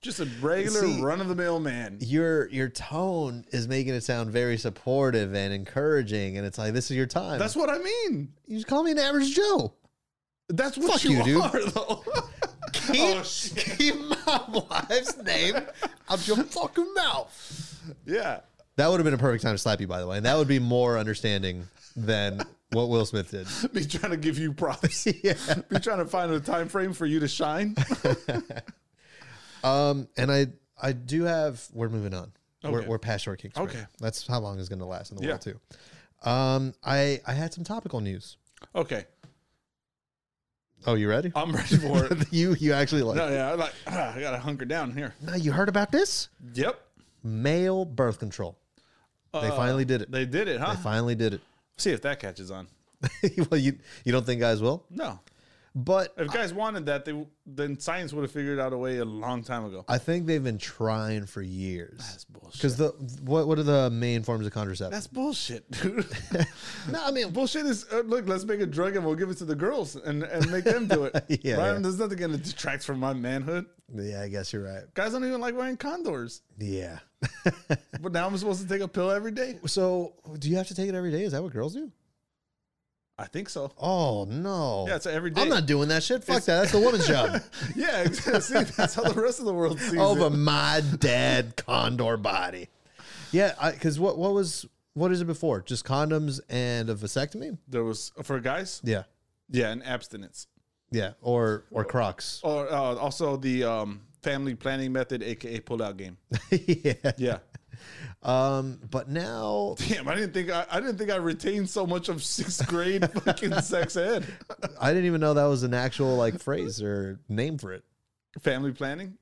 S2: just a regular
S1: See-
S2: run of the mill man.
S1: Your your tone is making it sound very supportive and encouraging, and it's like this is your time.
S2: That's what I mean.
S1: you just call me an average Joe.
S2: That's what
S1: Fuck you, dude.
S2: are, though.
S1: Keep,
S2: Oh, shit.
S1: keep my wife's name out your fucking mouth.
S2: yeah.
S1: That would have been a perfect time to slap you, by the way, and that would be more understanding than what Will Smith did.
S2: Me trying to give you props.
S1: yeah.
S2: Me trying to find a time frame for you to shine.
S1: Um, and I I do have. We're moving on. We're,
S2: Okay.
S1: we're past short King Spring.
S2: Okay.
S1: that's how long is going to last in the
S2: Yeah.
S1: world too. Um, I I had some topical news.
S2: Okay.
S1: Oh, you ready?
S2: I'm ready for it.
S1: you you actually like?
S2: Uh, No, yeah, I like ah, I gotta hunker down here.
S1: No, you heard about this?
S2: Yep,
S1: Male birth control. They finally did it.
S2: Uh, they did it, huh?
S1: They finally did it.
S2: See if that catches on.
S1: well, you you don't think guys will,
S2: No,
S1: but
S2: if guys wanted that, they then science would have figured out a way a long time ago.
S1: I think they've been trying for years.
S2: bullshit.
S1: Because the what what are the main forms of contraception?
S2: That's bullshit, dude.
S1: no, I mean
S2: bullshit is uh, look. Let's make a drug and we'll give it to the girls and, and make them do it.
S1: Yeah,
S2: right?
S1: yeah.
S2: There's nothing gonna detract from my manhood.
S1: yeah, I guess you're right.
S2: Guys don't even like wearing condors,
S1: Yeah.
S2: but now I'm supposed to take a pill every day.
S1: so, do you have to take it every day? Is that what girls do?
S2: I think so.
S1: Oh no.
S2: Yeah, it's every day.
S1: I'm not doing that shit. Fuck that. That's the woman's job.
S2: Yeah, see, that's how the rest of the world sees it.
S1: Over my dead condor body. Yeah, because what what was what is it before? Just condoms and a vasectomy?
S2: There was for guys,
S1: Yeah,
S2: yeah, and abstinence,
S1: yeah, or or Crocs.
S2: or uh, also the um, family planning method, aka pull-out game.
S1: yeah.
S2: Yeah,
S1: Um, but now
S2: damn, I didn't think I, I didn't think I retained so much of sixth grade fucking sex ed,
S1: I didn't even know that was an actual like phrase or name for it.
S2: family planning.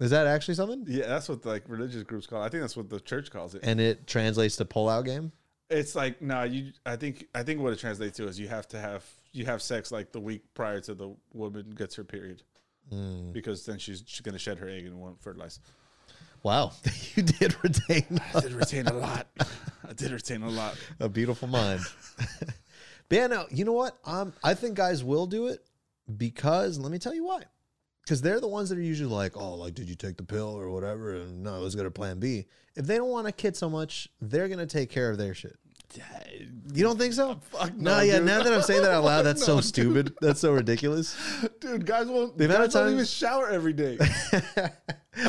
S1: Is that actually something?
S2: Yeah, that's what like religious groups call. It. I think that's what the church calls it.
S1: And it translates to pull-out game.
S2: It's like no, you. I think I think what it translates to is you have to have you have sex like the week prior to the woman gets her period,
S1: Hmm.
S2: because then she's, she's gonna shed her egg and won't fertilize.
S1: Wow, you did retain
S2: I did retain a lot. I did retain a lot.
S1: a beautiful mind. but yeah, no, you know what? Um, I think guys will do it because let me tell you why. Because they're the ones that are usually like, oh, like, did you take the pill or whatever? And no, let's go to plan B. If they don't want a kid so much, they're going to take care of their shit. You don't think so?
S2: Fuck
S1: no,
S2: no,
S1: yeah.
S2: dude.
S1: Now that I'm saying that out loud, that's so
S2: No,
S1: stupid. That's so ridiculous.
S2: Dude, guys won't.
S1: The amount of
S2: guys don't
S1: time-
S2: even shower every day.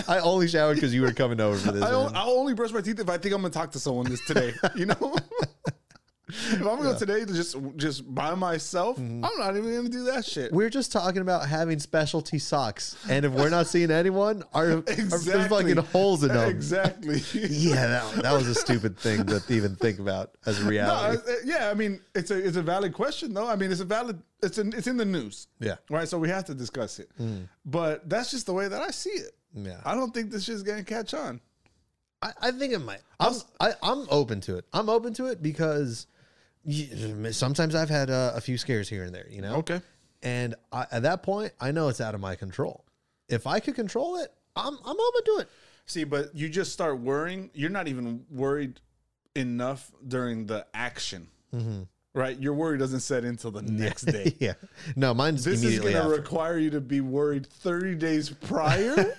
S1: I only showered because you were coming over for this.
S2: I
S1: man.
S2: will only brush my teeth if I think I'm gonna talk to someone this today. You know. If I'm gonna go today to just just by myself,
S1: Mm-hmm.
S2: I'm not even gonna do that shit.
S1: We're just talking about having specialty socks, and if we're not seeing anyone, our, our- there's
S2: Exactly.
S1: fucking holes in them.
S2: Exactly.
S1: Yeah, that, that was a stupid thing to even think about as a
S2: No, I-
S1: reality.
S2: I- yeah, I mean it's a it's a valid question though. I mean it's a valid it's in it's in the news.
S1: Yeah. Mm.
S2: Right, so we have to discuss it. But that's just the way that I see it.
S1: Yeah.
S2: I don't think this shit's gonna catch on.
S1: I, I think it might. I'm I, I'm open to it. I'm open to it because y- sometimes I've had uh, a few scares here and there, you know.
S2: Okay.
S1: And I, at that point, I know it's out of my control. If I could control it, I'm I'm open to it.
S2: See, but you just start worrying. You're not even worried enough during the action, right? Your worry doesn't set in till the next day.
S1: Mm-hmm. yeah. No, mine's
S2: This is
S1: immediately
S2: going to
S1: after.
S2: require you to be worried 30 days prior.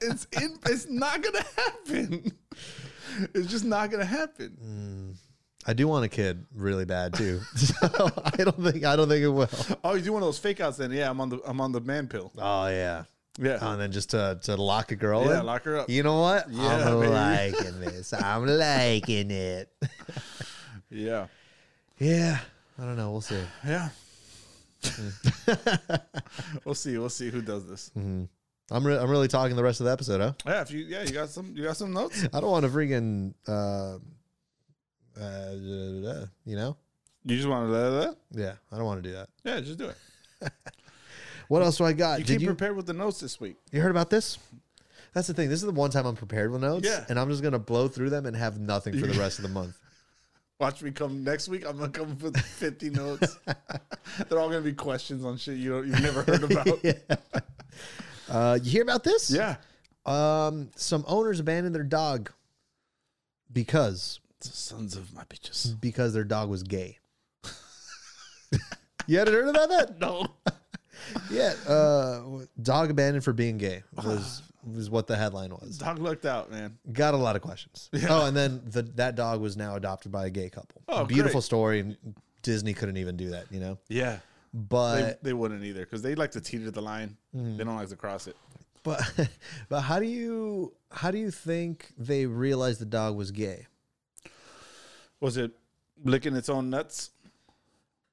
S2: it's in, it's not going to happen. It's just not going to happen.
S1: I do want a kid really bad too. so I don't think I don't think it will.
S2: Oh, you do one of those fake outs then. Yeah, I'm on the I'm on the man pill.
S1: Oh yeah.
S2: Yeah.
S1: Oh, and then just to, to lock a girl
S2: Yeah,
S1: in.
S2: lock her up.
S1: You know what?
S2: Yeah,
S1: I'm
S2: baby.
S1: liking this. I'm liking it.
S2: yeah.
S1: Yeah. I don't know. We'll see.
S2: Yeah.
S1: Mm.
S2: we'll see. We'll see who does this.
S1: I'm, re- I'm really talking the rest of the episode, huh?
S2: Yeah, if you yeah, you got some you got some notes?
S1: I don't want to freaking, uh, uh, da- da- da, you know?
S2: You just want to let that?
S1: Yeah, I don't want to do that.
S2: Yeah, just do it.
S1: What else do I got?
S2: You
S1: Uh, Did
S2: came
S1: you,
S2: prepared with the notes this week.
S1: you heard about this? That's the thing. This is the one time I'm prepared with notes,
S2: Yeah.
S1: and I'm just gonna blow through them and have nothing for the rest of the month.
S2: Watch me come next week. I'm gonna come with 50 notes. They're all gonna be questions on shit you don't you've never heard about. yeah.
S1: Uh, you hear about this? Um, some owners abandoned their dog because
S2: Sons of my bitches.
S1: because their dog was gay. you hadn't heard about that?
S2: No.
S1: Yeah, uh, dog abandoned for being gay was was what the headline was.
S2: Dog lucked out, man.
S1: Got a lot of questions. Oh, and then the, that dog was now adopted by a gay couple.
S2: Oh,
S1: beautiful
S2: great.
S1: story. And Disney couldn't even do that, you know.
S2: Yeah.
S1: But
S2: They, they wouldn't either because they like to teeter the line.
S1: Hmm.
S2: They don't like to cross it.
S1: but but how do you how do you think they realized the dog was gay?
S2: Was it licking its own nuts?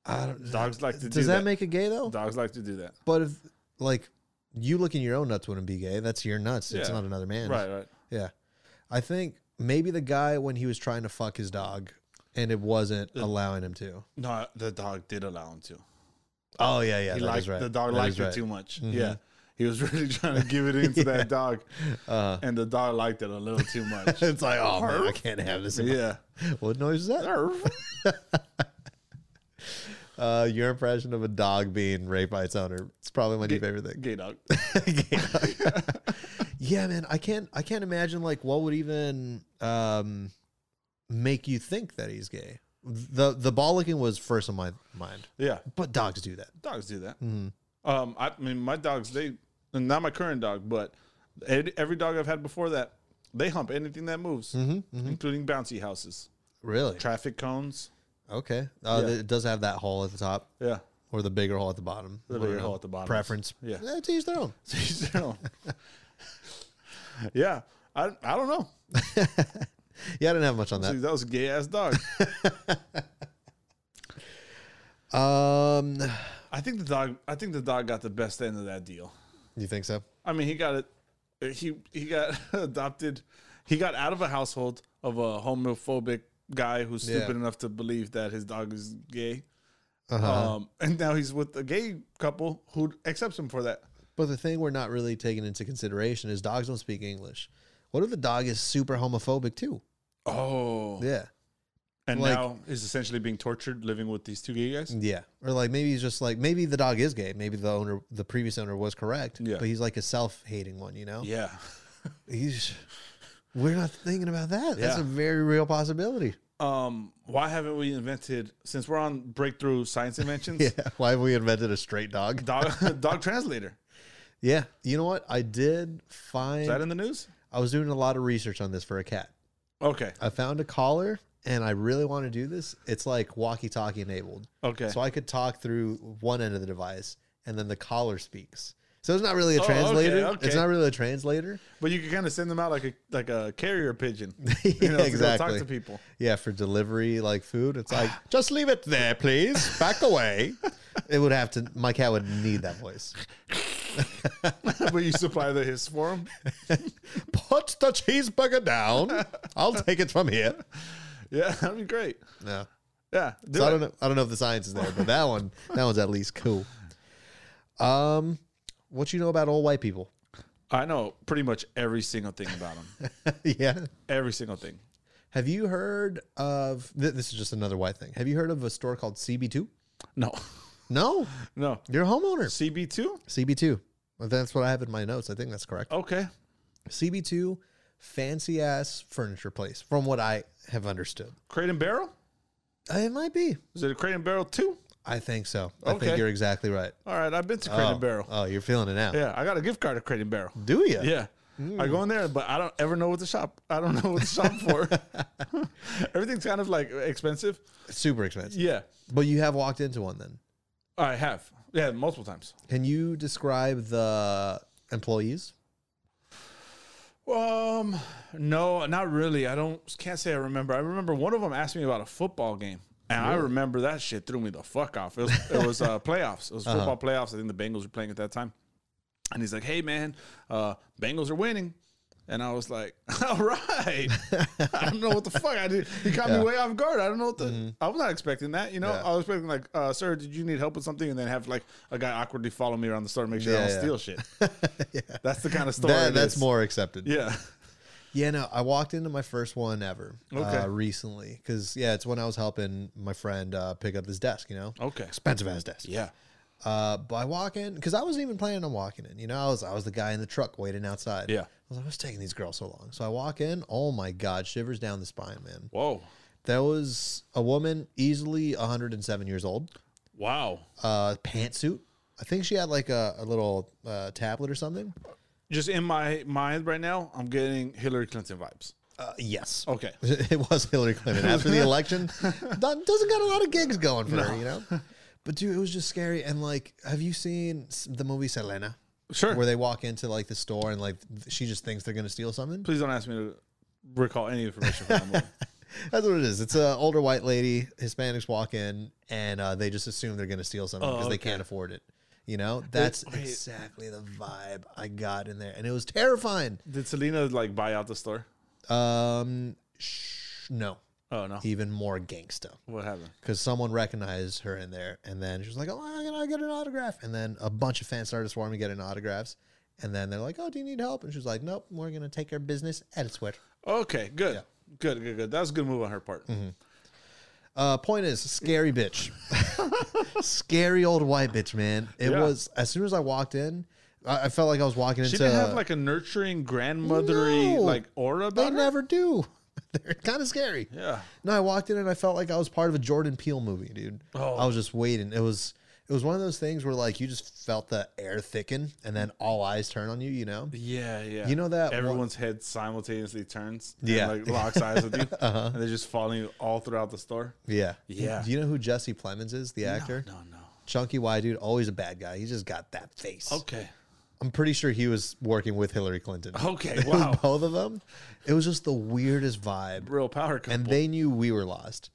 S1: I don't,
S2: Dogs like to do
S1: does that, make it gay though?
S2: Dogs like to do that.
S1: But if like you licking your own nuts wouldn't be gay. That's your nuts. It's
S2: Yeah.
S1: not another man's.
S2: Right, right.
S1: Yeah. I think maybe the guy when he was trying to fuck his dog and it wasn't allowing him to.
S2: No, the dog did allow him to.
S1: Oh yeah, yeah.
S2: he
S1: that
S2: liked
S1: is right.
S2: the dog
S1: That
S2: liked
S1: is
S2: it
S1: right. Mm-hmm.
S2: too much. Yeah, he was really trying to give it into that dog,
S1: Uh-huh.
S2: and the dog liked it a little too much.
S1: It's like, oh man, I can't have this. in my-
S2: yeah,
S1: What noise is that? Uh, your impression of a dog being raped by its owner. It's probably my new favorite thing.
S2: gay dog.
S1: yeah, man. I can't I can't imagine like what would even um make you think that he's gay. The the ball licking was first on my mind.
S2: Yeah,
S1: But dogs do that.
S2: dogs do that. Um, I mean, my dogs they not my current dog, but ed- every dog I've had before that they hump anything that moves, including bouncy houses,
S1: Really?
S2: traffic cones.
S1: Okay. Uh,
S2: Yeah.
S1: It does have that hole at the top
S2: Yeah.
S1: or the bigger hole at the bottom.
S2: The bigger hole at the bottom.
S1: Preference.
S2: Yeah.
S1: Eh, to each their own.
S2: To each their own. yeah. I, I don't know.
S1: Yeah, I didn't have much on
S2: See,
S1: that.
S2: that was a gay ass dog.
S1: Um,
S2: I think the dog I think the dog got the best end of that deal.
S1: you think so?
S2: I mean, he got it. uh, He he got adopted. He got out of a household of a homophobic guy who's
S1: Yeah.
S2: stupid enough to believe that his dog is gay.
S1: Uh-huh.
S2: Um, and now he's with a gay couple who accepts him for that.
S1: But the thing we're not really taking into consideration is dogs don't speak English. What if the dog is super homophobic too?
S2: Oh,
S1: Yeah.
S2: and
S1: like-
S2: now he's essentially being tortured, living with these two gay guys.
S1: Yeah. Or like maybe he's just like maybe the dog is gay. Maybe the owner the previous owner was correct.
S2: Yeah.
S1: But he's like a self hating one, you know?
S2: Yeah,
S1: He's we're not thinking about that. That's
S2: Yeah.
S1: a very real possibility.
S2: um, why haven't we invented since we're on breakthrough science inventions?
S1: Yeah. Why have we invented a straight dog?
S2: Dog dog translator
S1: Yeah. You know what? I did
S2: is that
S1: find
S2: in the news?
S1: I was doing a lot of research on this for a cat.
S2: Okay,
S1: I found a collar and I really want to do this. It's like walkie talkie enabled.
S2: okay.
S1: So I could talk through one end of the device and then the collar speaks. So it's not really a
S2: okay,
S1: translator. It's
S2: okay.
S1: not really a translator.
S2: But you can kind of send them out like a like a carrier pigeon. You
S1: Yeah,
S2: know, To go
S1: exactly.
S2: talk to people.
S1: Yeah, for delivery like food, it's like just leave it there, please. Back away. it would have to. My cat would need that voice.
S2: but you supply the hiss for them.
S1: Put the cheeseburger down. I'll take it from here.
S2: Yeah, that'd be great.
S1: No,
S2: Yeah, do
S1: so I
S2: it.
S1: don't know. I don't know if the science is there, but that one, that one's at least cool. Um, what you know about old white people?
S2: I know pretty much every single thing about them.
S1: yeah.
S2: every single thing.
S1: Have you heard of th- this? Is just another white thing. Have you heard of a store called CB2?
S2: No,
S1: No,
S2: no.
S1: you're a homeowner.
S2: CB two.
S1: CB2. Well, That's what I have in my notes. I think that's correct.
S2: Okay.
S1: CB2, fancy ass furniture place, from what I have understood.
S2: Crate and barrel.
S1: Uh, It might be.
S2: Is it a crate and barrel two?
S1: I think so. I think
S2: Okay.
S1: you're exactly right.
S2: All right, I've been to crate
S1: oh,
S2: and barrel.
S1: Oh, Hmm. you're feeling it now.
S2: Yeah, I got a gift card to crate and barrel.
S1: Do you?
S2: Yeah. I go in there, but I don't ever know what to shop. I don't know what to shop for. Everything's kind of like expensive.
S1: It's super expensive.
S2: Yeah,
S1: But you have walked into one then.
S2: I have. Yeah, multiple times.
S1: Can you describe the employees?
S2: Um, no, not really. I don't can't say I remember. I remember one of them asked me about a football game, and I remember that shit threw me the fuck off. It was it was uh, playoffs. It was
S1: Uh-huh.
S2: football playoffs. I think the Bengals were playing at that time, and he's like, "Hey man, uh, Bengals are winning." And I was like, "All right, I don't know what the fuck I did." He caught
S1: Yeah. Mm-hmm.
S2: me way off guard. I don't know what the. I was not expecting that. You know,
S1: Yeah.
S2: I was expecting like, uh, "Sir, did you need help with something?" And then have like a guy awkwardly follow me around the store to make sure I
S1: Yeah,
S2: don't
S1: yeah.
S2: steal shit.
S1: yeah.
S2: That's the kind of story.
S1: That,
S2: it
S1: that's
S2: is.
S1: more accepted.
S2: Yeah.
S1: Yeah, no, I walked into my first one ever
S2: Okay.
S1: uh, recently because, yeah, it's when I was helping my friend uh, pick up his desk, you know?
S2: Okay.
S1: Expensive ass desk.
S2: Yeah.
S1: uh, by walking because I wasn't even planning on walking in. You know, I was I was the guy in the truck waiting outside.
S2: Yeah.
S1: I was like, what's taking these girls so long? So I walk in. Oh my god, shivers down the spine, man.
S2: Whoa.
S1: There was a woman easily 107 years old,
S2: Wow.
S1: uh, pantsuit. I think she had like a, a little uh, tablet or something.
S2: Just in my mind right now, I'm getting Hillary Clinton vibes.
S1: Uh, yes.
S2: Okay.
S1: It was Hillary Clinton after the election. Don- Doesn't got a lot of gigs going for her, you know. But dude, it was just scary. And like, have you seen s- the movie Selena?
S2: Sure.
S1: where they walk into like the store and like th- she just thinks they're gonna steal something.
S2: Please don't ask me to recall any information from that movie.
S1: That's what it is. It's an older white lady. Hispanics walk in and uh, they just assume they're gonna steal something because they can't afford it. You know, that's
S2: wait.
S1: exactly the vibe I got in there, and it was terrifying.
S2: Did Selena like buy out the store?
S1: Um, sh- no,
S2: Oh no.
S1: even more gangsta
S2: What happened?
S1: because someone recognized her in there, and then she was like, "Oh, can I get an autograph?" And then a bunch of fans started swarming, getting autographs, and then they're like, "Oh, do you need help?" And she was like, "Nope, we're gonna take our business elsewhere."
S2: Okay, good. Good, good, good. That was a good move on her part.
S1: Mm-hmm. Uh, point is, scary bitch, scary old white bitch, man. It
S2: Yeah.
S1: was as soon as I walked in, I, I felt like I was walking
S2: She
S1: into.
S2: didn't have like a nurturing grandmothery
S1: uh, No.
S2: like aura about
S1: they
S2: her.
S1: never do. They're kind of scary.
S2: yeah.
S1: No, I walked in and I felt like I was part of a Jordan Peele movie, dude.
S2: Oh.
S1: I was just waiting. It was It was one of those things where like you just felt the air thicken and then all eyes turn on you, you know?
S2: Yeah, yeah.
S1: You know that one-
S2: everyone's head simultaneously turns. and,
S1: Yeah. Uh-huh.
S2: like locks eyes with you, and they're just following you all throughout the store.
S1: Yeah.
S2: Yeah.
S1: Do you know who Jesse Plemons is, the actor?
S2: No, no.
S1: Chunky Y dude, always a bad guy. He just got that face.
S2: Okay,
S1: I'm pretty sure he was working with Hillary Clinton.
S2: okay.
S1: It was
S2: Wow,
S1: both of them. It was just the weirdest vibe.
S2: real power couple.
S1: And they knew we were lost.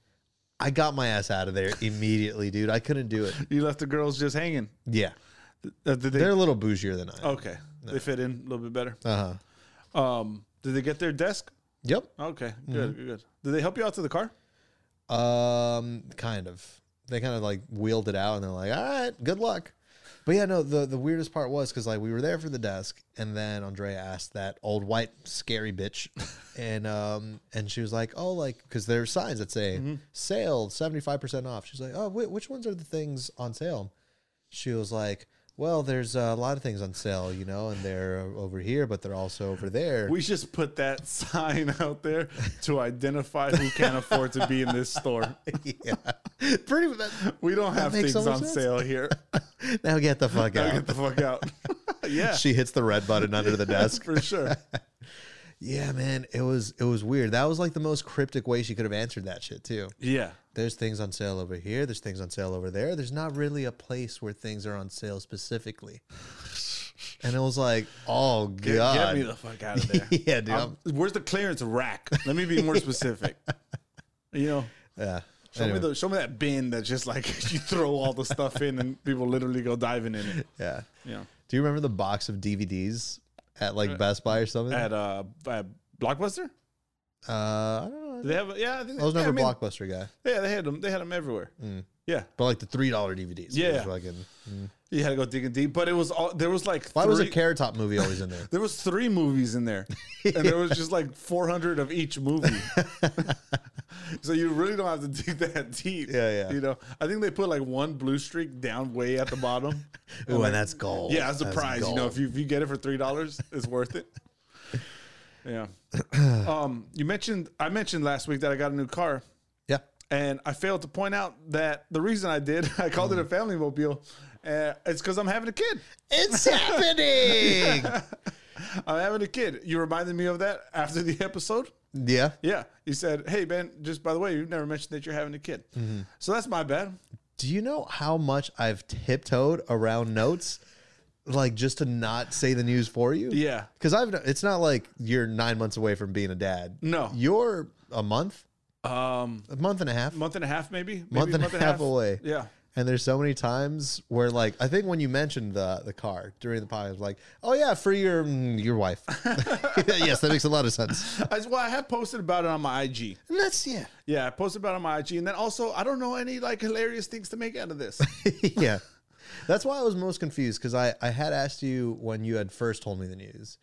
S1: I got my ass out of there immediately, dude. I couldn't do it.
S2: you left the girls just hanging.
S1: Yeah.
S2: Uh, did they?
S1: They're a little bougier than I. am.
S2: okay, they fit in a little bit better.
S1: Uh-huh.
S2: Um, did they get their desk?
S1: Yep.
S2: Okay, good, good, good. Did they help you out to the car?
S1: Um, kind of. They kind of like wheeled it out, and they're like, "All right, good luck." But yeah, no. The the weirdest part was because like we were there for the desk, and then Andrea asked that old white scary bitch, and um, and she was like, "Oh, like because there are signs that say
S2: Mm-hmm.
S1: sale seventy five percent off." She's like, "Oh, wait, which ones are the things on sale?" She was like. Well, there's a lot of things on sale, you know, and they're over here, but they're also over there.
S2: We just put that sign out there to identify who can't afford to be in this store.
S1: yeah, pretty much.
S2: We don't have
S1: makes
S2: things
S1: so much
S2: on
S1: sense.
S2: sale here.
S1: Now get the fuck
S2: Now
S1: out.
S2: get the fuck out. yeah,
S1: she hits the red button under the desk.
S2: for sure.
S1: Yeah, man, it was it was weird. That was like the most cryptic way she could have answered that shit too.
S2: Yeah.
S1: There's things on sale over here. There's things on sale over there. There's not really a place where things are on sale specifically. And it was like, oh
S2: Get,
S1: god,
S2: get me the fuck out of there.
S1: yeah, dude,
S2: Um, where's the clearance rack? Let me be more specific. You know,
S1: yeah.
S2: show
S1: Anyway,
S2: me the, show me that bin that's just like you throw all the stuff in and people literally go diving in it.
S1: yeah.
S2: You know,
S1: Do you remember the box of DVDs at
S2: Uh,
S1: like Best Buy or something?
S2: at uh, at Blockbuster,
S1: uh, I don't
S2: Do
S1: know.
S2: they have? Yeah, I think
S1: I was
S2: yeah,
S1: never Mm.
S2: I mean,
S1: Blockbuster guy,
S2: Yeah, they had them. They had them everywhere. Yeah,
S1: but like the three dollar DVDs. it
S2: Yeah.
S1: was fucking-
S2: you had to go digging deep, but it was all there was like
S1: Why
S2: three,
S1: was a Carrot Top movie always in there?
S2: there was three movies in there, and there was just like four hundred of each movie. so you really don't have to dig that deep.
S1: Yeah, yeah.
S2: You know, I think they put like one blue streak down way at the bottom.
S1: Ooh, and that's gold.
S2: yeah, as a
S1: That's
S2: prize, you know,
S1: gold.
S2: if you if you get it for three dollars, it's worth it. Yeah. Um, you mentioned I mentioned last week that I got a new car.
S1: yeah.
S2: And I failed to point out that the reason I did, I called it
S1: Mm-hmm.
S2: a family mobile, uh, it's because I'm having a kid.
S1: It's happening.
S2: I'm having a kid. You reminded me of that after the episode.
S1: yeah.
S2: Yeah. You said, hey, man, just by the way, you've never mentioned that you're having a kid.
S1: Mm-hmm.
S2: So that's my bad.
S1: Do you know how much I've tiptoed around notes, like just to not say the news for you?
S2: Yeah.
S1: Because I've. It's not like you're nine months away from being a dad.
S2: No.
S1: You're a month,
S2: Um,
S1: a month and a half,
S2: month and a half, maybe? maybe
S1: month and a half, away.
S2: Yeah.
S1: And there's so many times where, like, I think when you mentioned the the car during the podcast, like, oh yeah, for your mm, your wife. yes, that makes a lot of sense.
S2: I, well, I have posted about it on my IG.
S1: And that's yeah,
S2: Yeah, I posted about it on my IG. And then also, I don't know any like hilarious things to make out of this.
S1: yeah. That's why I was most confused because I, I had asked you when you had first told me the news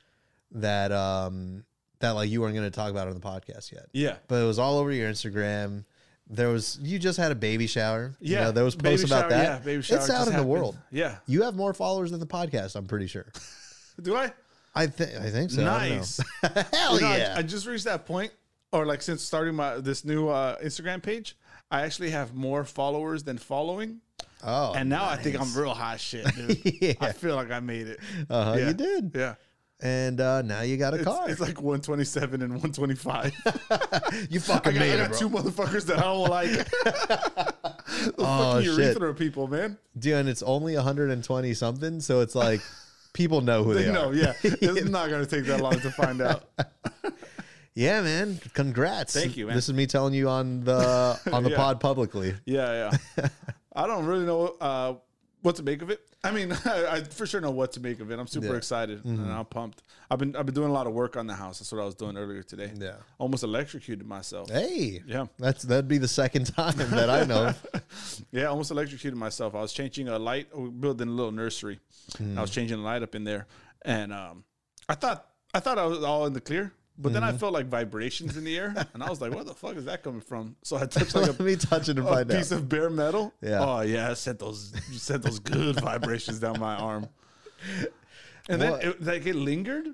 S1: that um that like you weren't going to talk about it on the podcast yet.
S2: yeah.
S1: But it was all over your Instagram. There was you just had a baby shower. You
S2: Yeah.
S1: know, there was
S2: baby
S1: posts about
S2: shower,
S1: that.
S2: Yeah, baby shower.
S1: It's out
S2: just
S1: in the
S2: happened.
S1: world.
S2: Yeah.
S1: You have more followers than the podcast. I'm pretty sure.
S2: Do I?
S1: I think I think so. I don't know.
S2: Nice.
S1: Hell
S2: You know, I-
S1: yeah.
S2: I, just reached that point, or like since starting my this new uh, Instagram page, I actually have more followers than following,
S1: oh,
S2: and now I think I'm real hot shit, dude.
S1: yeah.
S2: I feel like I made it.
S1: Uh-huh,
S2: yeah.
S1: You did.
S2: Yeah,
S1: And uh, now you got a
S2: it's,
S1: car.
S2: it's like 127 and 125.
S1: you fucking
S2: I got, I
S1: made it,
S2: got
S1: bro.
S2: two motherfuckers that I don't like. Those
S1: Oh,
S2: fucking
S1: shit.
S2: urethra people, man.
S1: dude, and it's only 120 something, so it's like people know who they,
S2: They
S1: are.
S2: know, yeah. It's not gonna take that long to find out.
S1: Yeah, man. Congrats.
S2: Thank you, man.
S1: This is me telling you on the on the
S2: Yeah.
S1: pod publicly.
S2: Yeah, yeah. I don't really know uh, what to make of it. I mean, I, I for sure know what to make of it. I'm super
S1: Yeah. Mm-hmm.
S2: excited and I'm pumped. I've been I've been doing a lot of work on the house. That's what I was doing earlier today.
S1: Yeah. Eh?
S2: almost electrocuted myself.
S1: Hey.
S2: Yeah.
S1: That's that'd be the second time that I know. of.
S2: Yeah, almost electrocuted myself. I was changing a light. We building a little nursery. I
S1: Mm.
S2: was changing a light up in there, and um, I thought I thought I was all in the clear. But then I
S1: Mm-hmm.
S2: felt like vibrations in the air, and I was like, "What the fuck is that coming from?" So I touched like a
S1: Let me touch it and
S2: a
S1: find
S2: Oh, piece
S1: out.
S2: of bare metal.
S1: Yeah.
S2: Oh yeah, I sent those you sent those good vibrations down my arm. And
S1: What? Mm-hmm.
S2: then it, like it lingered.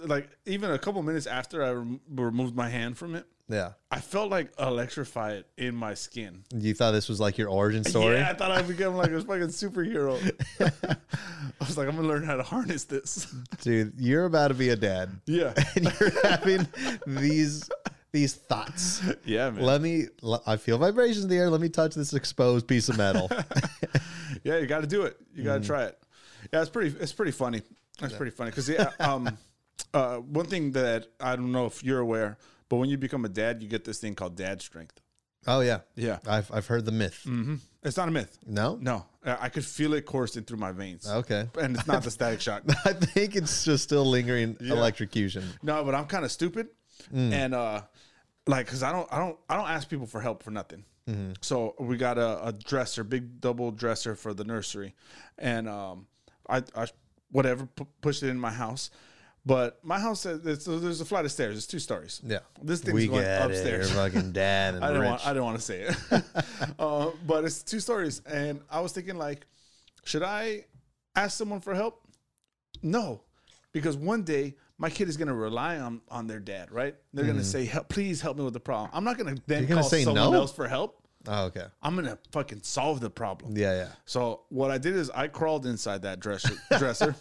S2: Like even a couple minutes after I rem- removed my hand from it,
S1: Yeah.
S2: I felt like electrified in my skin.
S1: You thought this was like your origin story?
S2: Yeah, I thought I'd become like a fucking superhero. I was like, I'm gonna learn how to harness this.
S1: Dude, you're about to be a dad.
S2: yeah,
S1: And you're having these these thoughts.
S2: yeah, man.
S1: Let me l- I feel vibrations in the air. Let me touch this exposed piece of metal.
S2: yeah, you got to do it. You got to try it. Yeah, it's pretty. It's pretty funny. It's pretty funny because Mm. yeah. Um, uh, one thing that I don't know if you're aware, but when you become a dad, you get this thing called dad strength.
S1: oh yeah.
S2: Yeah, Mm.
S1: I've I've heard the myth.
S2: it's not a myth.
S1: No?
S2: No, I I could feel it coursing through my veins.
S1: Okay.
S2: and it's not the static shock.
S1: I think it's just still lingering electrocution.
S2: No, but I'm kind of stupid,
S1: Mm.
S2: and uh, like, cause I don't, I don't, I don't ask people for help for nothing.
S1: Mm-hmm.
S2: So we got a, a dresser, big double dresser for the nursery, and um, I, I whatever, p- pushed it in my house. But my house, uh, it's, there's a flight of stairs. It's two stories.
S1: Yeah.
S2: this thing's
S1: we
S2: going
S1: get
S2: upstairs.
S1: it. Your fucking dad and
S2: I don't
S1: rich.
S2: want. I don't want to say it. uh, but it's two stories, and I was thinking like, should I ask someone for help? No, because one day my kid is going to rely on on their dad. Right? They're going to say, help, "Please help me with the problem." I'm not going to then
S1: Mm-hmm. gonna
S2: call
S1: say
S2: someone
S1: no?
S2: else for help.
S1: oh, okay.
S2: I'm going to fucking solve the problem.
S1: Yeah, yeah.
S2: So what I did is I crawled inside that dresser. dresser.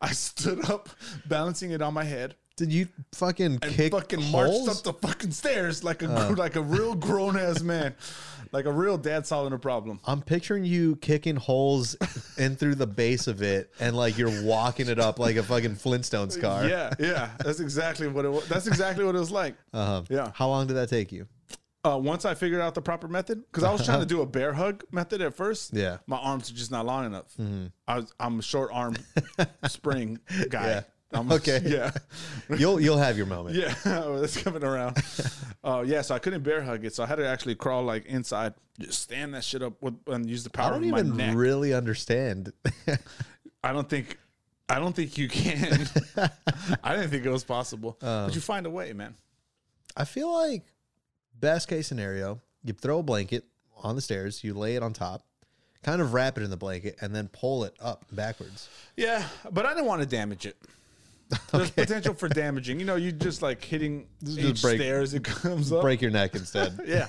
S2: I stood up, balancing it on my head
S1: Did you fucking kick
S2: fucking
S1: holes? Uh.
S2: marched up the fucking stairs like a gr- like a real grown ass man, like a real dad solving a problem.
S1: I'm picturing you kicking holes in through the base of it and like you're walking it up like a fucking Flintstones car.
S2: Yeah, yeah, that's exactly what it was. That's exactly what it was like.
S1: Uh-huh.
S2: Yeah.
S1: How long did that take you?
S2: Uh, once I figured out the proper method, because I was trying to do a bear hug method at first.
S1: Yeah. Mm-hmm.
S2: my arms are just not long enough. I was, I'm a short arm spring guy.
S1: Yeah.
S2: I'm-
S1: Okay.
S2: Yeah.
S1: You'll you'll have your moment.
S2: Yeah, that's coming around. Oh yeah, so I couldn't bear hug it, so I had to actually crawl like inside, just stand that shit up with, and use the
S1: I
S2: power of
S1: don't
S2: my
S1: even
S2: neck.
S1: really understand.
S2: I don't think I don't think you can. I didn't think it was possible.
S1: Oh.
S2: but you find a way, man.
S1: I feel like best case scenario, you throw a blanket on the stairs, you lay it on top, kind of wrap it in the blanket, and then pull it up backwards.
S2: Yeah, but I didn't want to damage it. There's potential for damaging. You know, you just like hitting
S1: Just
S2: each
S1: break-
S2: stairs it comes up.
S1: Break your neck instead.
S2: Yeah.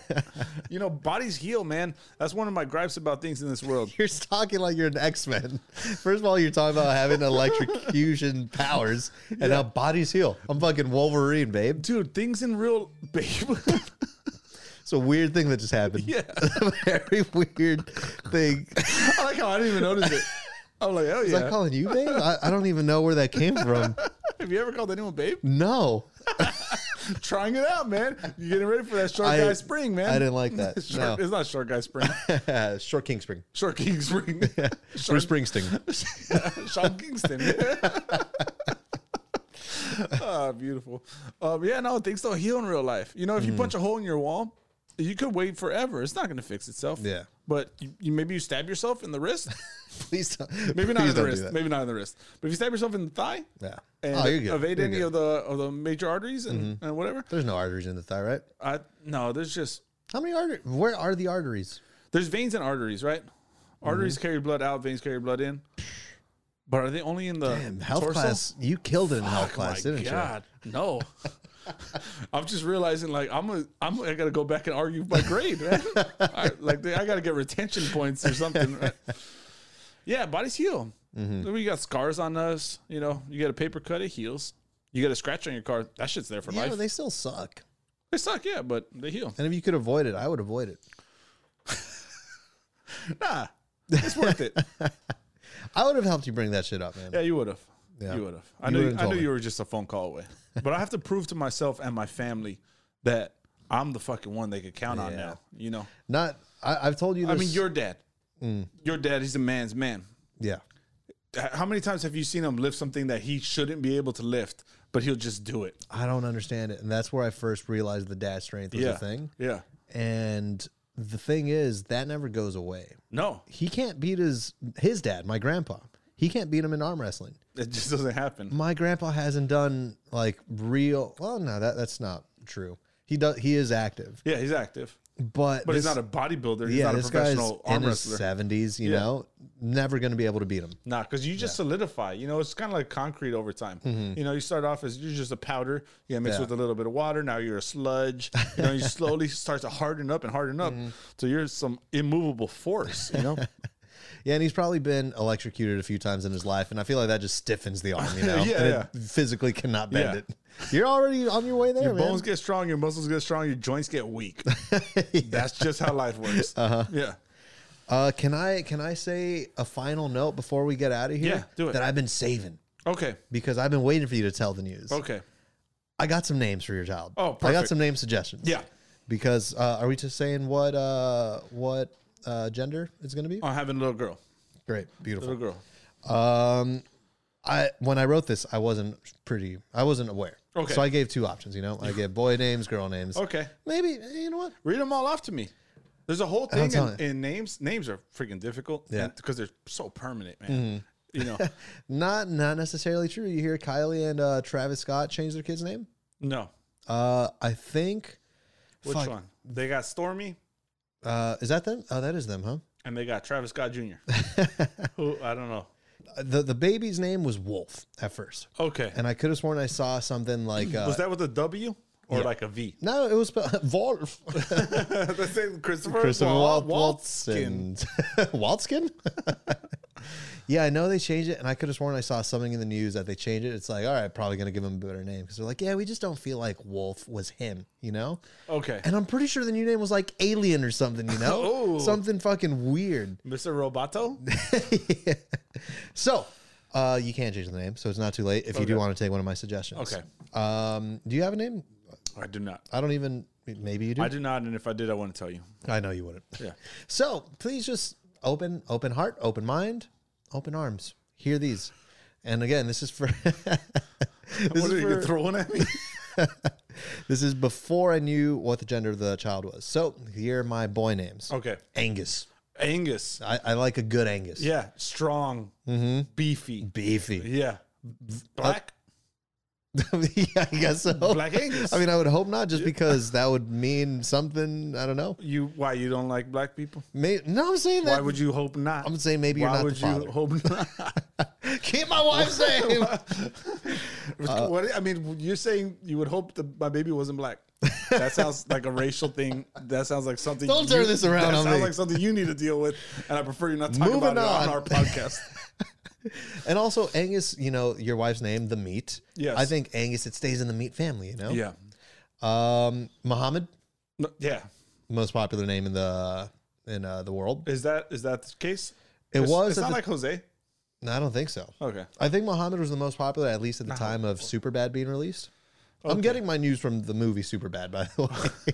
S2: you know, bodies heal, man. That's one of my gripes about things in this world.
S1: You're talking like you're an X Men. First of all, you're talking about having electrocution powers and how bodies heal. I'm fucking Wolverine, babe.
S2: Dude, things in real babe.
S1: It's a weird thing that just happened.
S2: yeah.
S1: Very weird thing.
S2: I like how I didn't even notice it. I'm like, oh
S1: Is
S2: yeah.
S1: that calling you, babe? I, I don't even know where that came from.
S2: Have you ever called anyone babe?
S1: No,
S2: Trying it out, man. You're getting ready for that short
S1: I-
S2: guy spring, man.
S1: I didn't like that.
S2: Short- It's not short guy spring.
S1: no. Short King Spring.
S2: Uh, Short King Spring.
S1: Bruce
S2: Short,
S1: Springsteen.
S2: Sean Kingston. Ah, beautiful. Um, yeah, no, things don't heal in real life. You know, if you
S1: Mm-hmm.
S2: punch a hole in your wall, you could wait forever. It's not going to fix itself.
S1: Yeah.
S2: But you, you, maybe you stab yourself in the wrist.
S1: Please don't.
S2: Maybe
S1: please
S2: not in the
S1: don't do
S2: wrist.
S1: that.
S2: Maybe not in the wrist. But if you stab yourself in the thigh
S1: Yeah.
S2: and
S1: oh, you're good.
S2: evade
S1: You're
S2: any
S1: good. Mm-hmm.
S2: of the of the major arteries and, and whatever,
S1: There's no arteries in the thigh, right?
S2: I no, there's just
S1: How many arteries? Where are the arteries?
S2: There's veins and arteries, right? Arteries
S1: Mm-hmm.
S2: carry blood out, veins carry blood in. But are they only in the
S1: Damn, health
S2: torso?
S1: class. You killed it in health
S2: Oh
S1: class,
S2: my
S1: didn't
S2: God, no. I'm just realizing, like, I'm a, I'm, I gotta go back and argue my grade, man. I, like, I gotta get retention points or something. Right? Yeah, bodies heal.
S1: Mm-hmm.
S2: We got scars on us. You know, you get a paper cut, it heals. You get a scratch on your car, that shit's there for
S1: you? Yeah,
S2: life.
S1: but they still suck.
S2: they suck, yeah, but they heal.
S1: And if you could avoid it, I would avoid it.
S2: Nah, it's worth it.
S1: I would have helped you bring that shit up, man.
S2: Yeah, you would have.
S1: Yeah.
S2: You would have. I
S1: You
S2: knew.
S1: would've
S2: I
S1: told
S2: knew
S1: me.
S2: you were just a phone call away. But I have to prove to myself and my family that I'm the fucking one they could count on
S1: Yeah.
S2: now. You know.
S1: Not. I, I've told you.
S2: I
S1: This,
S2: mean, your dad.
S1: Mm.
S2: Your dad. He's a man's man.
S1: Yeah.
S2: H- How many times have you seen him lift something that he shouldn't be able to lift, but he'll just do it?
S1: I don't understand it, and that's where I first realized the dad strength was
S2: yeah.
S1: a thing.
S2: Yeah.
S1: And the thing is, that never goes away.
S2: No,
S1: He can't beat his his dad, my grandpa. He can't beat him in arm wrestling.
S2: it just doesn't happen.
S1: my grandpa hasn't done like real well no that that's not true he does he is active
S2: Yeah, he's active.
S1: But,
S2: But
S1: this,
S2: he's not a bodybuilder. He's
S1: yeah,
S2: not a
S1: this guy's
S2: professional
S1: in
S2: arm
S1: his
S2: wrestler.
S1: seventies. You
S2: Yeah.
S1: know, never going to be able to beat him.
S2: Nah, because you just solidify. You know, it's kind of like concrete over time. You know, you start off as you're just a powder, you know,
S1: Mm-hmm. Yeah.
S2: mixed with a little bit of water. Now you're a sludge. You know, you slowly start to harden up and harden up.
S1: Mm-hmm.
S2: So you're some immovable force. You know,
S1: Yeah, and he's probably been electrocuted a few times in his life, and I feel like that just stiffens the arm. You know,
S2: Yeah,
S1: and it
S2: yeah.
S1: physically cannot bend
S2: Yeah.
S1: it. You're already on your way there, man.
S2: bones get strong, your muscles get strong, your joints get weak. That's just how life works.
S1: Uh-huh.
S2: Yeah.
S1: Uh, can I can I say a final note before we get out of here?
S2: Yeah, do it.
S1: That I've been saving
S2: Okay.
S1: because I've been waiting for you to tell the news.
S2: Okay.
S1: I got some names for your child.
S2: Oh,
S1: I got
S2: perfect.
S1: some name suggestions.
S2: Yeah.
S1: Because uh, are we just saying what uh, what uh, gender it's going to be?
S2: I'm having a little girl.
S1: Great, beautiful.
S2: Little girl.
S1: Um, I when I wrote this, I wasn't pretty. I wasn't aware.
S2: Okay.
S1: So I gave two options. You know, I gave boy names, girl names.
S2: Okay.
S1: Maybe you know what?
S2: Read them all off to me. There's a whole thing
S1: tell
S2: in,
S1: you.
S2: in names. Names are freaking difficult.
S1: Yeah. Mm-hmm.
S2: Because they're so permanent, man. You know.
S1: Not not necessarily true. You hear Kylie and uh, Travis Scott change their kid's name.
S2: No.
S1: Uh, I think.
S2: Which
S1: Fuck.
S2: one? They got Stormy
S1: Uh, is that them? Oh, that is them, huh?
S2: and they got Travis Scott Jr. Who I don't know.
S1: Uh, the The baby's name was Wolf at first,
S2: Okay.
S1: and I could have sworn I saw something like uh,
S2: Was that with a W or like a V?
S1: no, it was spelled Wolf.
S2: Let's say Christopher,
S1: Christopher
S2: Wal-
S1: Walt-
S2: Waltzkin.
S1: Waltzkin. Waltzkin? yeah, I know they changed it, and I could have sworn I saw something in the news that they changed it. It's like, all right, probably going to give him a better name because they're like, yeah, we just don't feel like Wolf was him, you know?
S2: Okay.
S1: And I'm pretty sure the new name was like Alien or something, you know?
S2: Oh.
S1: Something fucking weird.
S2: Mr. Roboto?
S1: So, uh, you can change the name, so it's not too late if you do
S2: Okay.
S1: want to take one of my suggestions.
S2: Okay.
S1: Um, do you have a name?
S2: I do not.
S1: I don't even. Maybe you do.
S2: I do not, and if I did, I wouldn't tell you.
S1: I know you wouldn't.
S2: Yeah.
S1: So please just open, open heart, open mind, open arms. Hear these, and again, this is for this
S2: what
S1: is
S2: are you
S1: for,
S2: throwing at me?
S1: this is before I knew what the gender of the child was. So here are my boy names.
S2: okay.
S1: Angus.
S2: Angus.
S1: I, I like a good Angus.
S2: Yeah. Strong.
S1: Mm-hmm.
S2: Beefy.
S1: Beefy.
S2: Yeah.
S1: Uh,
S2: Black.
S1: yeah, I guess so.
S2: Black Angus.
S1: I mean, I would hope not, just because that would mean something. I don't know.
S2: you why you don't like black people?
S1: May, no, I'm saying that.
S2: Why would you hope not?
S1: I'm saying maybe you're
S2: why
S1: not
S2: would
S1: the father.
S2: you hope not?
S1: Keep my wife's name. Uh,
S2: what, I mean, you're saying you would hope that my baby wasn't black. That sounds like a racial thing. That sounds like something.
S1: Don't turn
S2: you-
S1: this around
S2: That
S1: on
S2: sounds
S1: me.
S2: like something you need to deal with, and I prefer you not talk
S1: Moving
S2: about
S1: on.
S2: it on our podcast.
S1: And also Angus, you know, your wife's name, the meat.
S2: Yes.
S1: I think Angus, it stays in the meat family, you know?
S2: yeah,
S1: Um Muhammad,
S2: No, yeah.
S1: most popular name in the in uh, the world.
S2: Is that is that the case?
S1: It
S2: It's-
S1: was
S2: It's
S1: at
S2: not
S1: the-
S2: like Jose.
S1: No, I don't think so.
S2: Okay.
S1: I think Muhammad was the most popular, at least at the time of Superbad being released. I'm
S2: Okay.
S1: getting my news from the movie Superbad, by the way.